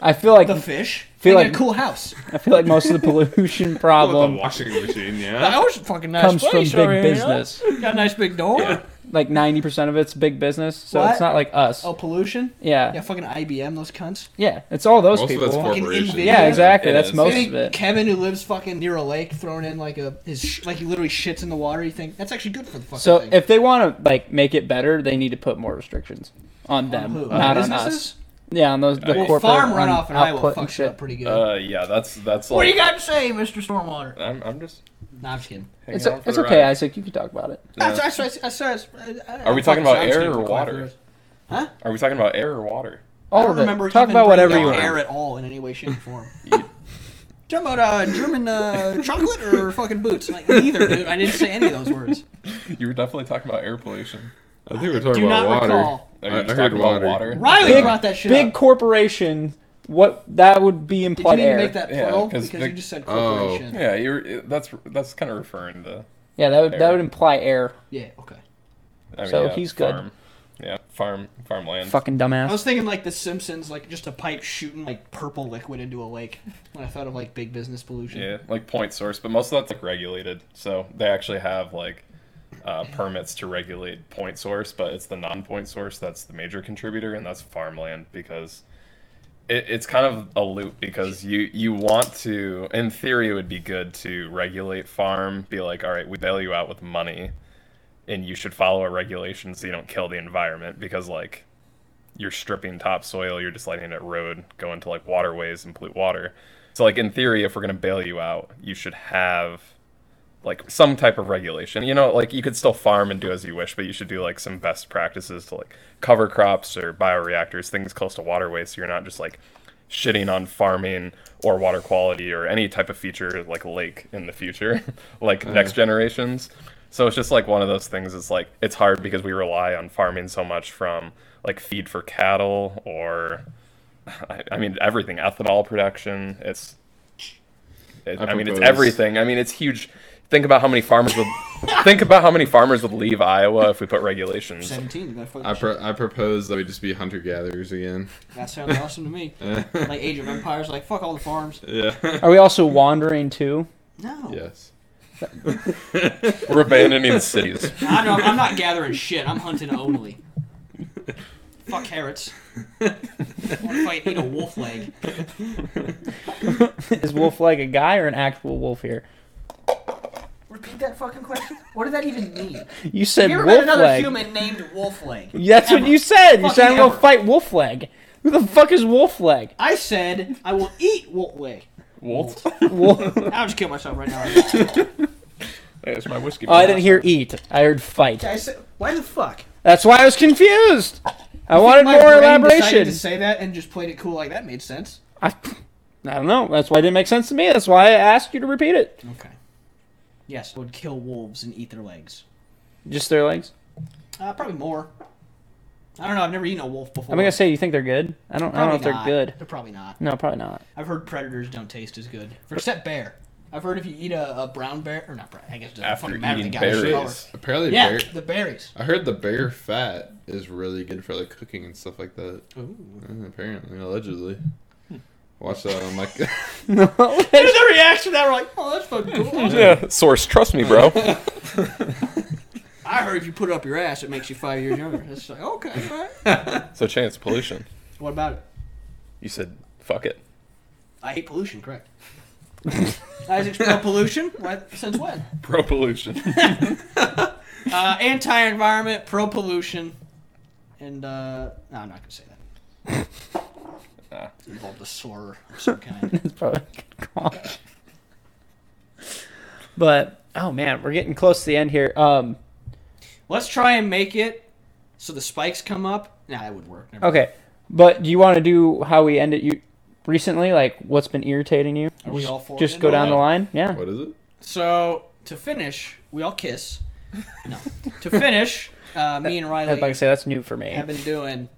A: I feel like
C: The fish.
A: Feel
C: Feel
A: like-
C: a cool house.
A: I feel like most of the pollution
B: With the
A: problem
B: washing machine,
C: The
B: yeah.
C: house is fucking nice.
A: comes from
C: place
A: big
C: over here, you know?
A: business.
C: Got a nice big door.
B: Yeah.
A: Like ninety percent of it's big business, so it's
C: What?
A: not like us.
C: Oh, pollution.
A: Yeah,
C: Yeah, fucking IBM. Those cunts.
A: yeah, it's all those
B: Most of
A: people.
B: it's
C: Fucking
B: corporations.
C: invasion.
A: yeah, exactly.
D: It
A: That's
D: is.
A: most
C: You
A: of
C: think
A: it.
C: Kevin, who lives fucking near a lake, throwing in like a his sh- like he literally shits in the water. You think that's actually good for the fucking
A: So
C: thing.
A: if they want to like make it better, they need to put more restrictions on them,
C: who?
A: not on
C: Businesses?
A: us. Yeah, on those the
C: well,
A: corporate
C: farm
A: on
C: runoff in Iowa
A: output and
C: fucks it
A: shit.
C: up pretty good.
D: Uh, yeah, that's that's like.
C: what do you got to say, Mister Stormwater?
D: I'm, I'm just.
C: Nah, I'm just kidding.
D: Hanging
A: It's,
D: on for
A: it's
D: the
A: okay,
D: ride.
A: Isaac. You can talk about it.
C: That's- that's- that's- that's- I- I-
D: Are we
C: I'm
D: talking
C: fucking
D: about
C: sorry, I'm just
D: air
C: gonna
D: or
C: put
D: water?
C: coffee in it.
D: Are we talking about air or water?
A: All
C: I don't
A: of it.
C: remember.
A: Talk
C: even
A: about
C: bringing
A: whatever
C: up
A: you want.
C: Air at all in any way, shape, or form. Talking about uh, German uh, chocolate or fucking boots? Like neither, dude. I didn't say any of those words.
D: You were definitely talking about air pollution.
B: I think we're talking
C: Do not
B: about water.
C: recall.
B: I-
D: Are you
B: I
D: just
B: heard
D: talking
B: water.
D: about water?
C: Riley
A: Big-
C: brought that shit
A: Big
C: up.
A: corporation. What that would be
C: Did you
A: implied
C: need to
A: air.
C: make that
D: Yeah,
C: plural?
D: 'cause
C: because
D: big-
C: you just said
B: Oh.
C: corporation.
D: Yeah, you're. it- That's that's kind of referring to.
A: yeah, that would that
D: air.
A: would imply air.
C: Yeah, okay.
D: I mean,
A: So
D: yeah,
A: he's good.
D: farm. good. Yeah, farm farmland.
A: Fucking
C: I
A: dumbass.
C: was thinking like The Simpsons, like just a pipe shooting like purple liquid into a lake. When I thought of like big business pollution.
D: Yeah, like point source, but most of that's like regulated. So they actually have like uh, permits to regulate point source, but it's the non-point source that's the major contributor, and that's farmland because it, it's kind of a loop because you you want to, in theory, it would be good to regulate farm, be like, all right, we bail you out with money, and you should follow a regulation so you don't kill the environment because like you're stripping topsoil, you're just letting it erode, go into like waterways and pollute water. So like in theory, if we're gonna bail you out, you should have like some type of regulation. You know, like you could still farm and do as you wish, but you should do like some best practices to like cover crops or bioreactors, things close to waterways, so you're not just like shitting on farming or water quality or any type of feature like lake in the future, like next generations. So it's just like one of those things. It's like it's hard because we rely on farming so much from like feed for cattle or I, I mean everything ethanol production. It's it,
B: I
D: I, mean it's
B: propose-
D: everything. I mean it's huge. Think about how many farmers would think about how many farmers would leave Iowa if we put regulations.
C: Seventeen. You gotta fucking
B: I, pro- I propose that we just be hunter gatherers again.
C: That sounds awesome to me. like Age of Empires, like fuck all the farms.
B: Yeah.
A: Are we also wandering too?
C: No.
B: yes.
D: We're abandoning the cities.
C: I don't, I'm not gathering shit. I'm hunting only. Fuck carrots. Wanna fight eat a wolf leg?
A: Is Wolf like a guy or an actual wolf here?
C: Repeat that fucking question. What did that even mean?
A: You said
C: You ever met
A: wolf
C: another
A: leg.
C: human named Wolf Leg?
A: That's what
C: Ever.
A: you said. You
C: Fucking
A: said I'm gonna
C: ever.
A: fight wolf leg. Who the fuck is wolf leg?
C: I said I will eat Wolf Leg.
D: Wolf.
A: Wolf-
C: I'll just kill myself right now.
D: There's my whiskey.
A: oh, I didn't hear eat. I heard fight.
C: I said, why the fuck?
A: That's why I was confused. I wanted
C: My
A: more
C: brain decided
A: elaboration.
C: to say that and just played it cool like that made sense.
A: I, I don't know. That's why it didn't make sense to me. That's why I asked you to repeat it.
C: Okay. Yes, would kill wolves and eat their legs.
A: Just their legs.
C: Uh, probably more. I don't know. I've never eaten a wolf before.
A: I'm gonna say you think they're good. I don't. I don't know if they're
C: not.
A: good.
C: They're probably not.
A: No, probably not.
C: I've heard predators don't taste as good, except bear. I've heard if you eat a, a brown bear, or not brown, I guess it doesn't
D: After
C: fucking matter. The
D: eating
C: guy's
D: berries.
C: color.
B: Apparently,
C: Yeah,
B: bear-
C: the berries.
B: I heard the bear fat is really good for like cooking and stuff like that.
C: Ooh.
B: Uh, Apparently, allegedly. Hmm. Watch that on like
C: Dude, the reaction to that, we're like, oh, that's fucking cool.
D: Yeah, source. Trust me, bro.
C: I heard if you put it up your ass, it makes you five years younger. It's like, okay, all right.
D: so chance pollution.
C: What about it?
D: You said fuck it.
C: I hate pollution, correct. Isaac's pro pollution? What? Since when?
D: Pro pollution.
C: Uh, Anti environment, pro pollution, and, uh, no, I'm not going to say that.
A: Uh.
D: Ah.
C: It involved a slur of some kind.
A: It's probably a good call. but oh man, we're getting close to the end here. Um.
C: Let's try and make it so the spikes come up. Nah, that would work. Never
A: Okay. But do you want to do how we end it? You recently, like what's been irritating you?
C: Are we all four
A: Just
C: in?
A: go down the line. Yeah.
B: what is it?
C: So to finish, we all kiss. No. to finish, uh, me and
A: Like
C: Riley
A: I say, that's new for me.
C: have been doing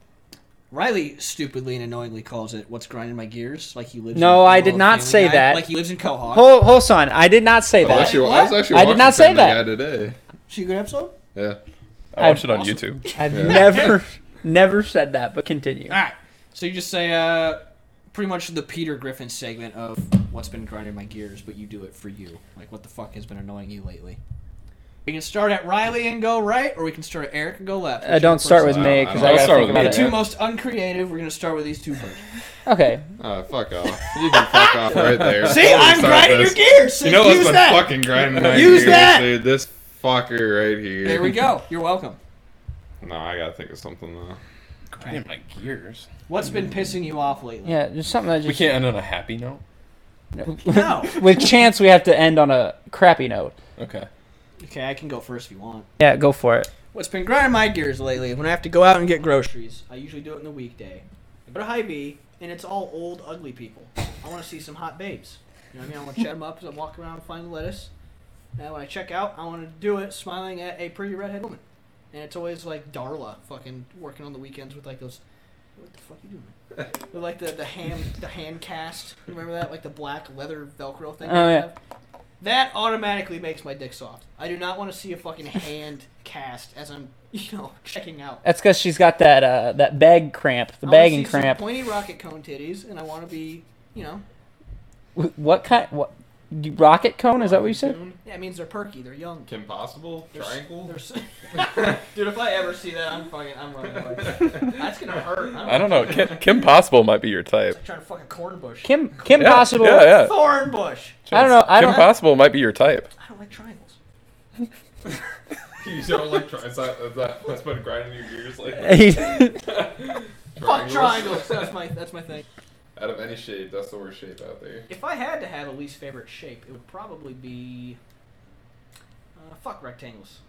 C: Riley stupidly and annoyingly calls it "What's grinding my gears?" Like he lives.
A: No,
C: in
A: I
C: rural
A: did not
C: Family
A: say
C: Guy.
A: that.
C: Like he lives in Quahog.
A: Hold, hold on. I did not
C: Oh,
A: say
B: I was
A: that.
B: actually, I was
C: What?
B: actually
A: I did
B: watching
A: not say
B: Family
A: that.
B: Guy today.
C: She a good episode.
B: Yeah.
D: I watched it on YouTube.
A: I've never, never said that. But continue.
C: All right. So you just say uh, pretty much the Peter Griffin segment of what's been grinding my gears, but you do it for you. Like what the fuck has been annoying you lately? We can start at Riley and go right, or we can start at Eric and go left.
A: Uh, don't start with
B: Wow,
A: me because
B: I
A: I
B: don't
A: gotta
B: start
A: think
B: with
A: about
B: me.
A: it.
C: Two most uncreative. We're gonna start with these two first.
A: Okay.
B: Uh, fuck off. You can fuck off right there.
C: See,
B: Before we
C: I'm
B: start
C: grinding
B: this.
C: your gears. So
B: You know what's
C: use
B: been
C: that.
B: fucking grinding my
C: Use
B: gears,
C: that!
B: dude? This fucker right here.
C: There we go. You're welcome.
B: No, I gotta think of something though.
D: Damn, my gears.
C: What's been pissing you off lately?
A: Yeah, just something that
D: We
A: just
D: can't end on a happy note.
C: No.
A: with chance we have to end on a crappy note.
D: Okay.
C: Okay, I can go first if you want.
A: Yeah, go for it.
C: What's been grinding my gears lately? When I have to go out and get groceries, I usually do it in the weekday. I go to Hy-Vee, and it's all old, ugly people. I want to see some hot babes. You know what I mean? I want to chat them up as I walk around and find the lettuce. And when I check out, I want to do it smiling at a pretty redhead woman. And it's always like Darla, fucking working on the weekends with like those. What the fuck you doing? man? With like the the hand the hand cast. Remember that like the black leather Velcro thing.
A: Oh,
C: they
A: yeah.
C: have? That automatically makes my dick soft. I do not want to see a fucking hand cast as I'm, you know, checking out.
A: That's because she's got that uh, that bag cramp, the
C: I wanna
A: bagging
C: see some
A: cramp.
C: Pointy rocket cone titties, and I want to be, you know,
A: Wh- What kind? What? you- Rocket cone? Is that what you said?
C: yeah, it means they're perky, they're young.
B: Kim Possible?
C: There's-
B: Triangle?
C: there's- Dude, if I ever see that, I'm fucking, I'm running away. That's gonna hurt.
D: I don't know. Kim, Kim Possible might be your type.
C: I'm trying to fuck a corn bush.
A: Kim uh, Kim
D: Yeah,
A: Possible.
D: Yeah, yeah.
C: Thorn bush.
A: I don't know. I
D: Kim
A: don't.
D: Possible might be your type.
C: I don't like triangles.
B: you don't like tri- is that, is that what's been grinding your gears like?
A: He-
C: Fuck triangles. That's my that's my thing.
B: Out of any shape, that's the worst shape out there.
C: If I had to have a least favorite shape, it would probably be uh, fuck rectangles.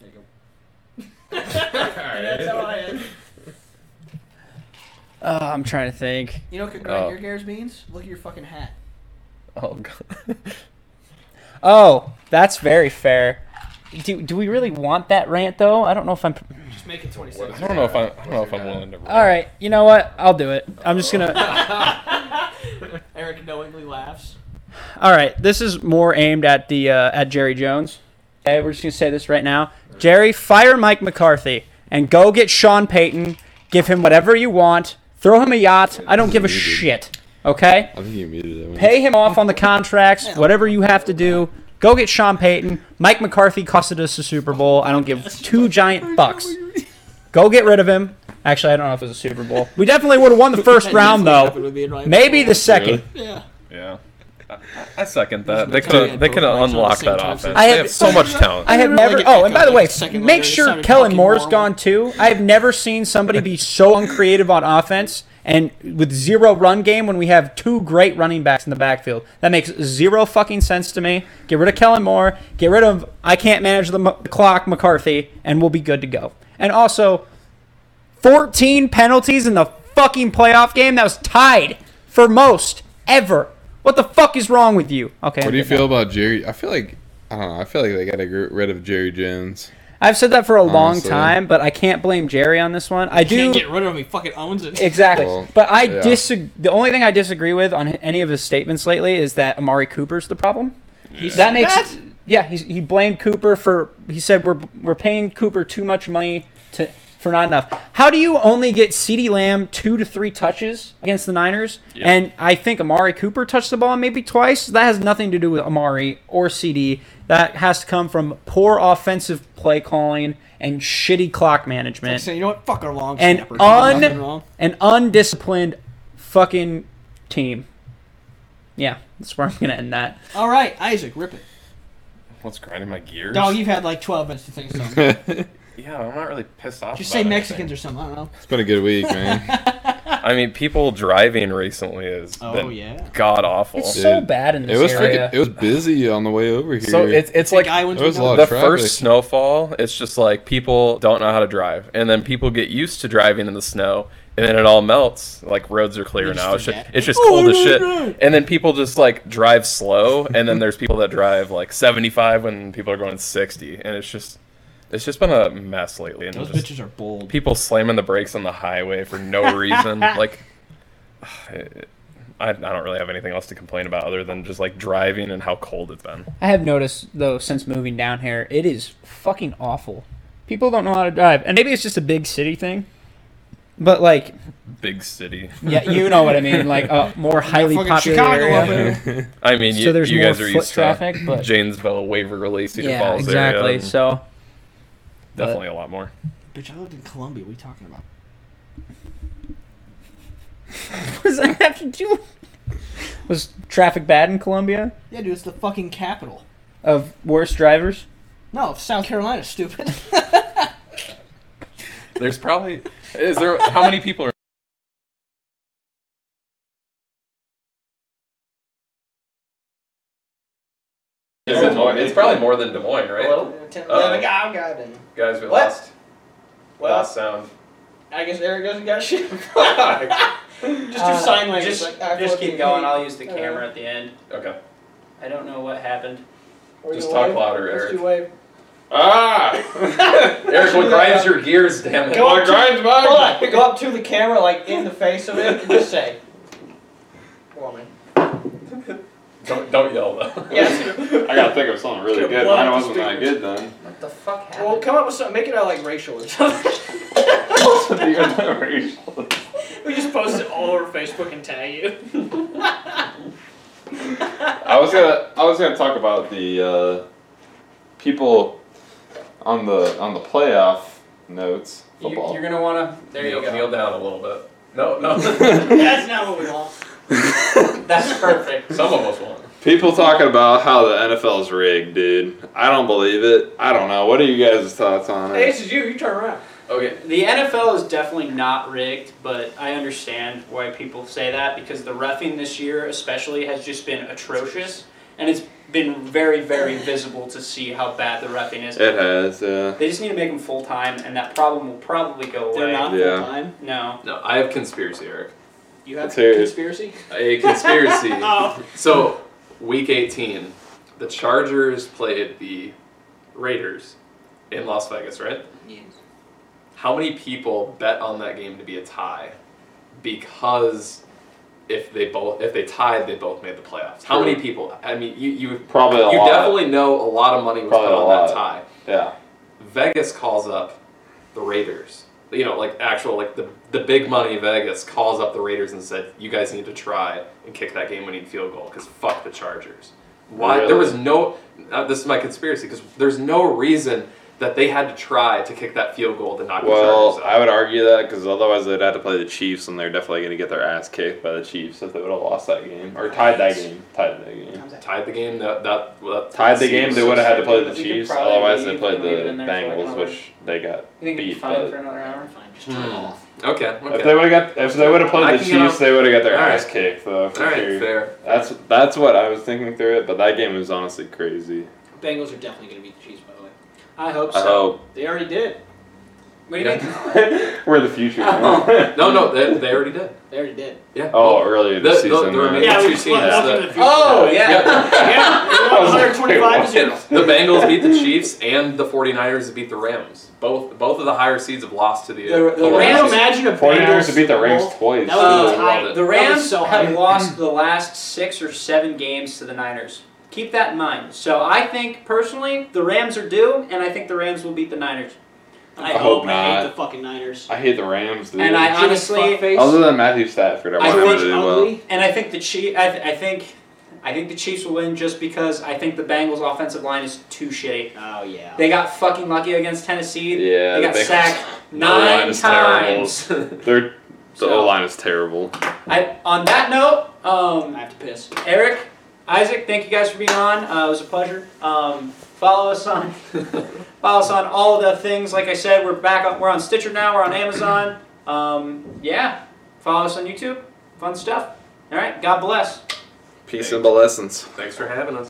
C: There you go. That's how I am.
A: oh, I'm trying to think.
C: You know what could grind
D: Oh.
C: your gears means? Look at your fucking hat.
D: Oh god.
A: Oh, that's very fair. Do, do we really want that rant though? I don't know if I'm.
C: Just make it 26.
B: What
D: I don't know if I'm. I don't know if I'm willing to.
A: All right, you know what? I'll do it. I'm just gonna.
C: Eric knowingly laughs.
A: All right, this is more aimed at the uh, at Jerry Jones. Okay, we're just gonna say this right now. Jerry, fire Mike McCarthy and go get Sean Payton. Give him whatever you want. Throw him a yacht. I don't give a shit. Okay.
B: I think you muted it.
A: pay him off on the contracts, whatever you have to do. Go get Sean Payton. Mike McCarthy costed us the Super Bowl. I don't give two giant fucks. Go get rid of him. Actually, I don't know if it was a Super Bowl. We definitely would have won the first round though. Maybe the second.
C: Yeah.
D: Yeah. I, I second that. They
C: Sorry,
D: could. They
C: I
D: could
C: broke my
D: unlock
C: tongue at
D: that
C: the same time, so-
D: offense.
A: I
D: They
A: have-
D: have so much talent.
A: I have
C: Really
A: never.
C: get
A: Oh,
C: that
A: and by the
C: guy.
A: way,
C: Second
A: make
C: one,
A: sure
C: second
A: Kellen
C: fucking
A: Moore's
C: moron.
A: gone too. I have never seen somebody be so uncreative on offense and with zero run game when we have two great running backs in the backfield. That makes zero fucking sense to me. Get rid of Kellen Moore. Get rid of I can't manage the, m- the clock McCarthy, and we'll be good to go. And also, 14 penalties in the fucking playoff game. That was tied for most ever. What the fuck is wrong with you? Okay.
B: What do you
A: I'm good now.
B: feel about Jerry? I feel like I don't know. I feel like they got to get rid of Jerry Jones.
A: I've said that for a long
B: Honestly.
A: time, but I can't blame Jerry on this one. I do
C: Can't get rid of him. He fucking owns it.
A: exactly,
B: Well,
A: but I
B: yeah.
A: disagree. The only thing I disagree with on any of his statements lately is that Amari Cooper's the problem. That makes yeah. He, he blamed Cooper for he said we're we're paying Cooper too much money to for not enough. How do you only get Ceedee Lamb two to three touches against the Niners? And I think Amari Cooper touched the ball maybe twice. That has nothing to do with Amari or CD. That has to come from poor offensive play calling and shitty clock management
C: So you know what? Fuck our long
A: an
C: snappers. There's nothing
A: un
C: wrong.
A: an undisciplined fucking team. Yeah, that's where I'm gonna end that.
C: All right, Isaac, rip it.
D: What's grinding my gears?
C: Dog, you've had like 12 minutes to think of something.
B: it's
D: Yeah, I'm not really pissed off.
C: Just
D: about
C: say
D: anything.
C: Mexicans or something. I don't know.
B: been a good week, man.
D: I mean, people driving recently is
C: Oh,
D: been
C: yeah.
D: god awful.
A: It's so
B: Dude,
A: bad in
B: it
A: this
B: was
A: area.
B: freaking, it was busy on the way over here.
D: So it's it's like
C: guy went
B: There was a lot
D: the
B: of traffic.
D: first snowfall. It's just like people don't know how to drive, and then people get used to driving in the snow, and then it all melts. Like roads are clear
C: just
D: now. It's just,
C: forget.
D: it's just
C: Oh,
D: cold as
C: my
D: shit,
C: God.
D: and then people just like drive slow, and then there's people that drive like 75 when people are going 60, and it's just It's just been a mess lately, and
I: Those
D: just
I: bitches are bold.
D: people slamming the brakes on the highway for no reason. like, I, I don't really have anything else to complain about other than just like driving and how cold it's been.
J: I have noticed though since moving down here, it is fucking awful. People don't know how to drive, and maybe it's just a big city thing. But like,
D: Big city.
J: yeah, you know what I mean. Like a more highly
A: Fucking
J: popular
A: Chicago
J: area.
A: up there.
D: I mean,
J: So
D: you,
J: there's
D: you
J: more
D: guys are
J: foot
D: used
J: traffic,
D: to
J: but-
D: Janesville, Waverly, Cedar
I: Yeah,
D: Falls
J: exactly.
D: area. and
J: So
D: definitely a lot more.
I: Bitch, I lived in Colombia. What are you talking about?
J: what does that have to do? with- Was traffic bad in Colombia
I: Yeah, dude, it's the fucking capital.
J: of worse drivers?
I: No, South Carolina, stupid.
D: There's probably is there how many people are Is it more, it's probably more than Des Moines, right?
C: Oh,
D: Uh, Guys, we
C: What?
D: lost
C: Well-
D: lost sound.
C: I guess Eric doesn't got Uh, shit. just do sign language.
A: Just,
C: like, I
A: just
C: fucking
A: keep going.
C: hate-
A: I'll use the
C: Uh,
A: camera at the end.
D: Okay.
A: I don't know what happened.
C: Or
D: Just
C: you
D: talk
C: wave.
D: louder,
C: Just
D: Eric.
C: do wave.
D: Ah! Eric, what grinds your gears, damn it?
C: Go
D: What
C: on.
D: grinds
C: Hold
D: mine?
C: on. Go up to the camera, like in the face of it, and just say, "Woman."
D: Don't, don't yell though.
C: Yes.
B: I gotta think of something really good. Mine wasn't that good then.
C: what the fuck happened? Well, come up with something. Make it out like racial or something. we just post it all over Facebook and tag you.
B: I was gonna I was gonna talk about the uh, people on the on the playoff notes
A: You,
B: football.
A: are gonna wanna. There
D: kneel,
A: you go.
D: kneel down a little bit. No, no.
C: That's not what we want.
A: That's perfect.
D: Some of us won't.
B: People talking about how the NFL's rigged, dude. I don't believe it. I don't know. What are you guys' thoughts on
C: Hey,
B: it?
C: this is you. You turn around.
D: Okay.
A: The NFL is definitely not rigged, but I understand why people say that because the refing this year, especially, has just been atrocious, and it's been very, very visible to see how bad the refing is.
B: It has, yeah.
A: They just need to make them full time, and that problem will probably go away.
C: They're not
B: Yeah.
C: full time.
A: No.
D: No, I have conspiracy, Eric.
C: You have
B: Let's hear it.
C: conspiracy.
D: A conspiracy.
C: Oh.
D: So, week 18, the Chargers played the Raiders in Las Vegas, right? How many people bet on that game to be a tie? Because if they both if they tied, they both made the playoffs. How
B: True.
D: many people? I mean, you you
B: Probably a
D: you
B: lot.
D: definitely know a lot of money was
B: Probably
D: put
B: a
D: on
B: lot.
D: that tie.
B: Yeah.
D: Vegas calls up the Raiders. You know, like actual like the the big money Vegas calls up the Raiders and said, "You guys need to try and kick that game-winning field goal because fuck the Chargers." Why there was no uh, this is my conspiracy because there's no reason that they had to try to kick that field goal to knock the
B: Well,
D: Chargers out.
B: I would argue that because otherwise they'd have to play the Chiefs, and they're definitely going to get their ass kicked by the Chiefs if they would have lost that game or tied that game. Tied that game.
D: tied the game that that, well, that
B: Tied the game.
D: seems-
B: They would have had to play the
A: You could
B: Chiefs.
A: probably
B: Otherwise, they
A: leave
B: played
A: and leave it
B: the
A: in there for like an
B: Bengals,
A: hour.
B: which they got
A: You think it'd be
B: beat.
A: fine
B: but-
A: for another hour?
D: Hmm. Okay.
B: If they
D: okay.
B: would have got, if they would have
D: I
B: played the
D: can get
B: Chiefs,
D: on-
B: they would have got their
D: All right.
B: ass kicked. Though. for
D: All right.
B: sure.
D: Fair.
B: That's that's what I was thinking through it, but that game was honestly crazy.
C: Bengals are definitely going to beat the Chiefs, by the way. I hope so.
B: I hope
C: They already did.
A: What do you
D: Yeah.
A: think?
B: we're the future.
D: No, no. They, they already did.
C: They already did.
D: Yeah.
B: oh, earlier
D: The-
B: this
D: the-
B: season.
D: the
B: right?
D: remaining- Yeah, we just went
C: walked
D: that.
C: into the future.
A: Oh yeah.
D: yeah.
C: yeah.
B: I was like,
C: 125
B: wait,
C: to 0.
D: the Bengals beat the Chiefs and the 49ers beat the Rams. Both both of the higher seeds have lost to the,
A: The- the
D: Colts.
C: Can you imagine a
B: Forty
C: Bengals
B: years to beat the
C: Super
B: Rams
C: Bowl?
B: twice.
C: That would be
D: Uh,
C: tight.
B: Oh,
A: The
D: love
C: That was
A: Rams
C: so
A: have
C: high.
A: lost the last six or seven games to the Niners. Keep that in mind. So I think personally, the Rams are due, and I think the Rams will beat the Niners.
C: I,
B: I
C: hope
B: hope
C: Oh, I hate
B: not.
C: the fucking Niners.
B: I hate the Rams, dude.
A: And I honestly,
C: Fuckface.
B: Other than Matthew Stafford, I
A: I
B: want him
A: think-
B: to do well.
A: and I think the Chief, I, th- I think, I think the Chiefs will win just because I think the Bengals' offensive line is too shitty.
C: Oh yeah.
A: They got fucking lucky against Tennessee.
B: Yeah,
A: they got
B: the Bengals-
A: sacked
B: line
A: nine
B: is terrible.
A: times.
B: They're, the
A: So-
B: O line is terrible.
A: I, on that note, um,
C: I have to piss.
A: Eric, Isaac, thank you guys for being on. Uh, it was a pleasure. Um, follow us on follow us on all the things. Like I said, we're back on we're on Stitcher now. We're on Amazon. Um, yeah, follow us on YouTube. Fun stuff. All right. God bless.
B: Peace and blessings.
D: Thanks for having us.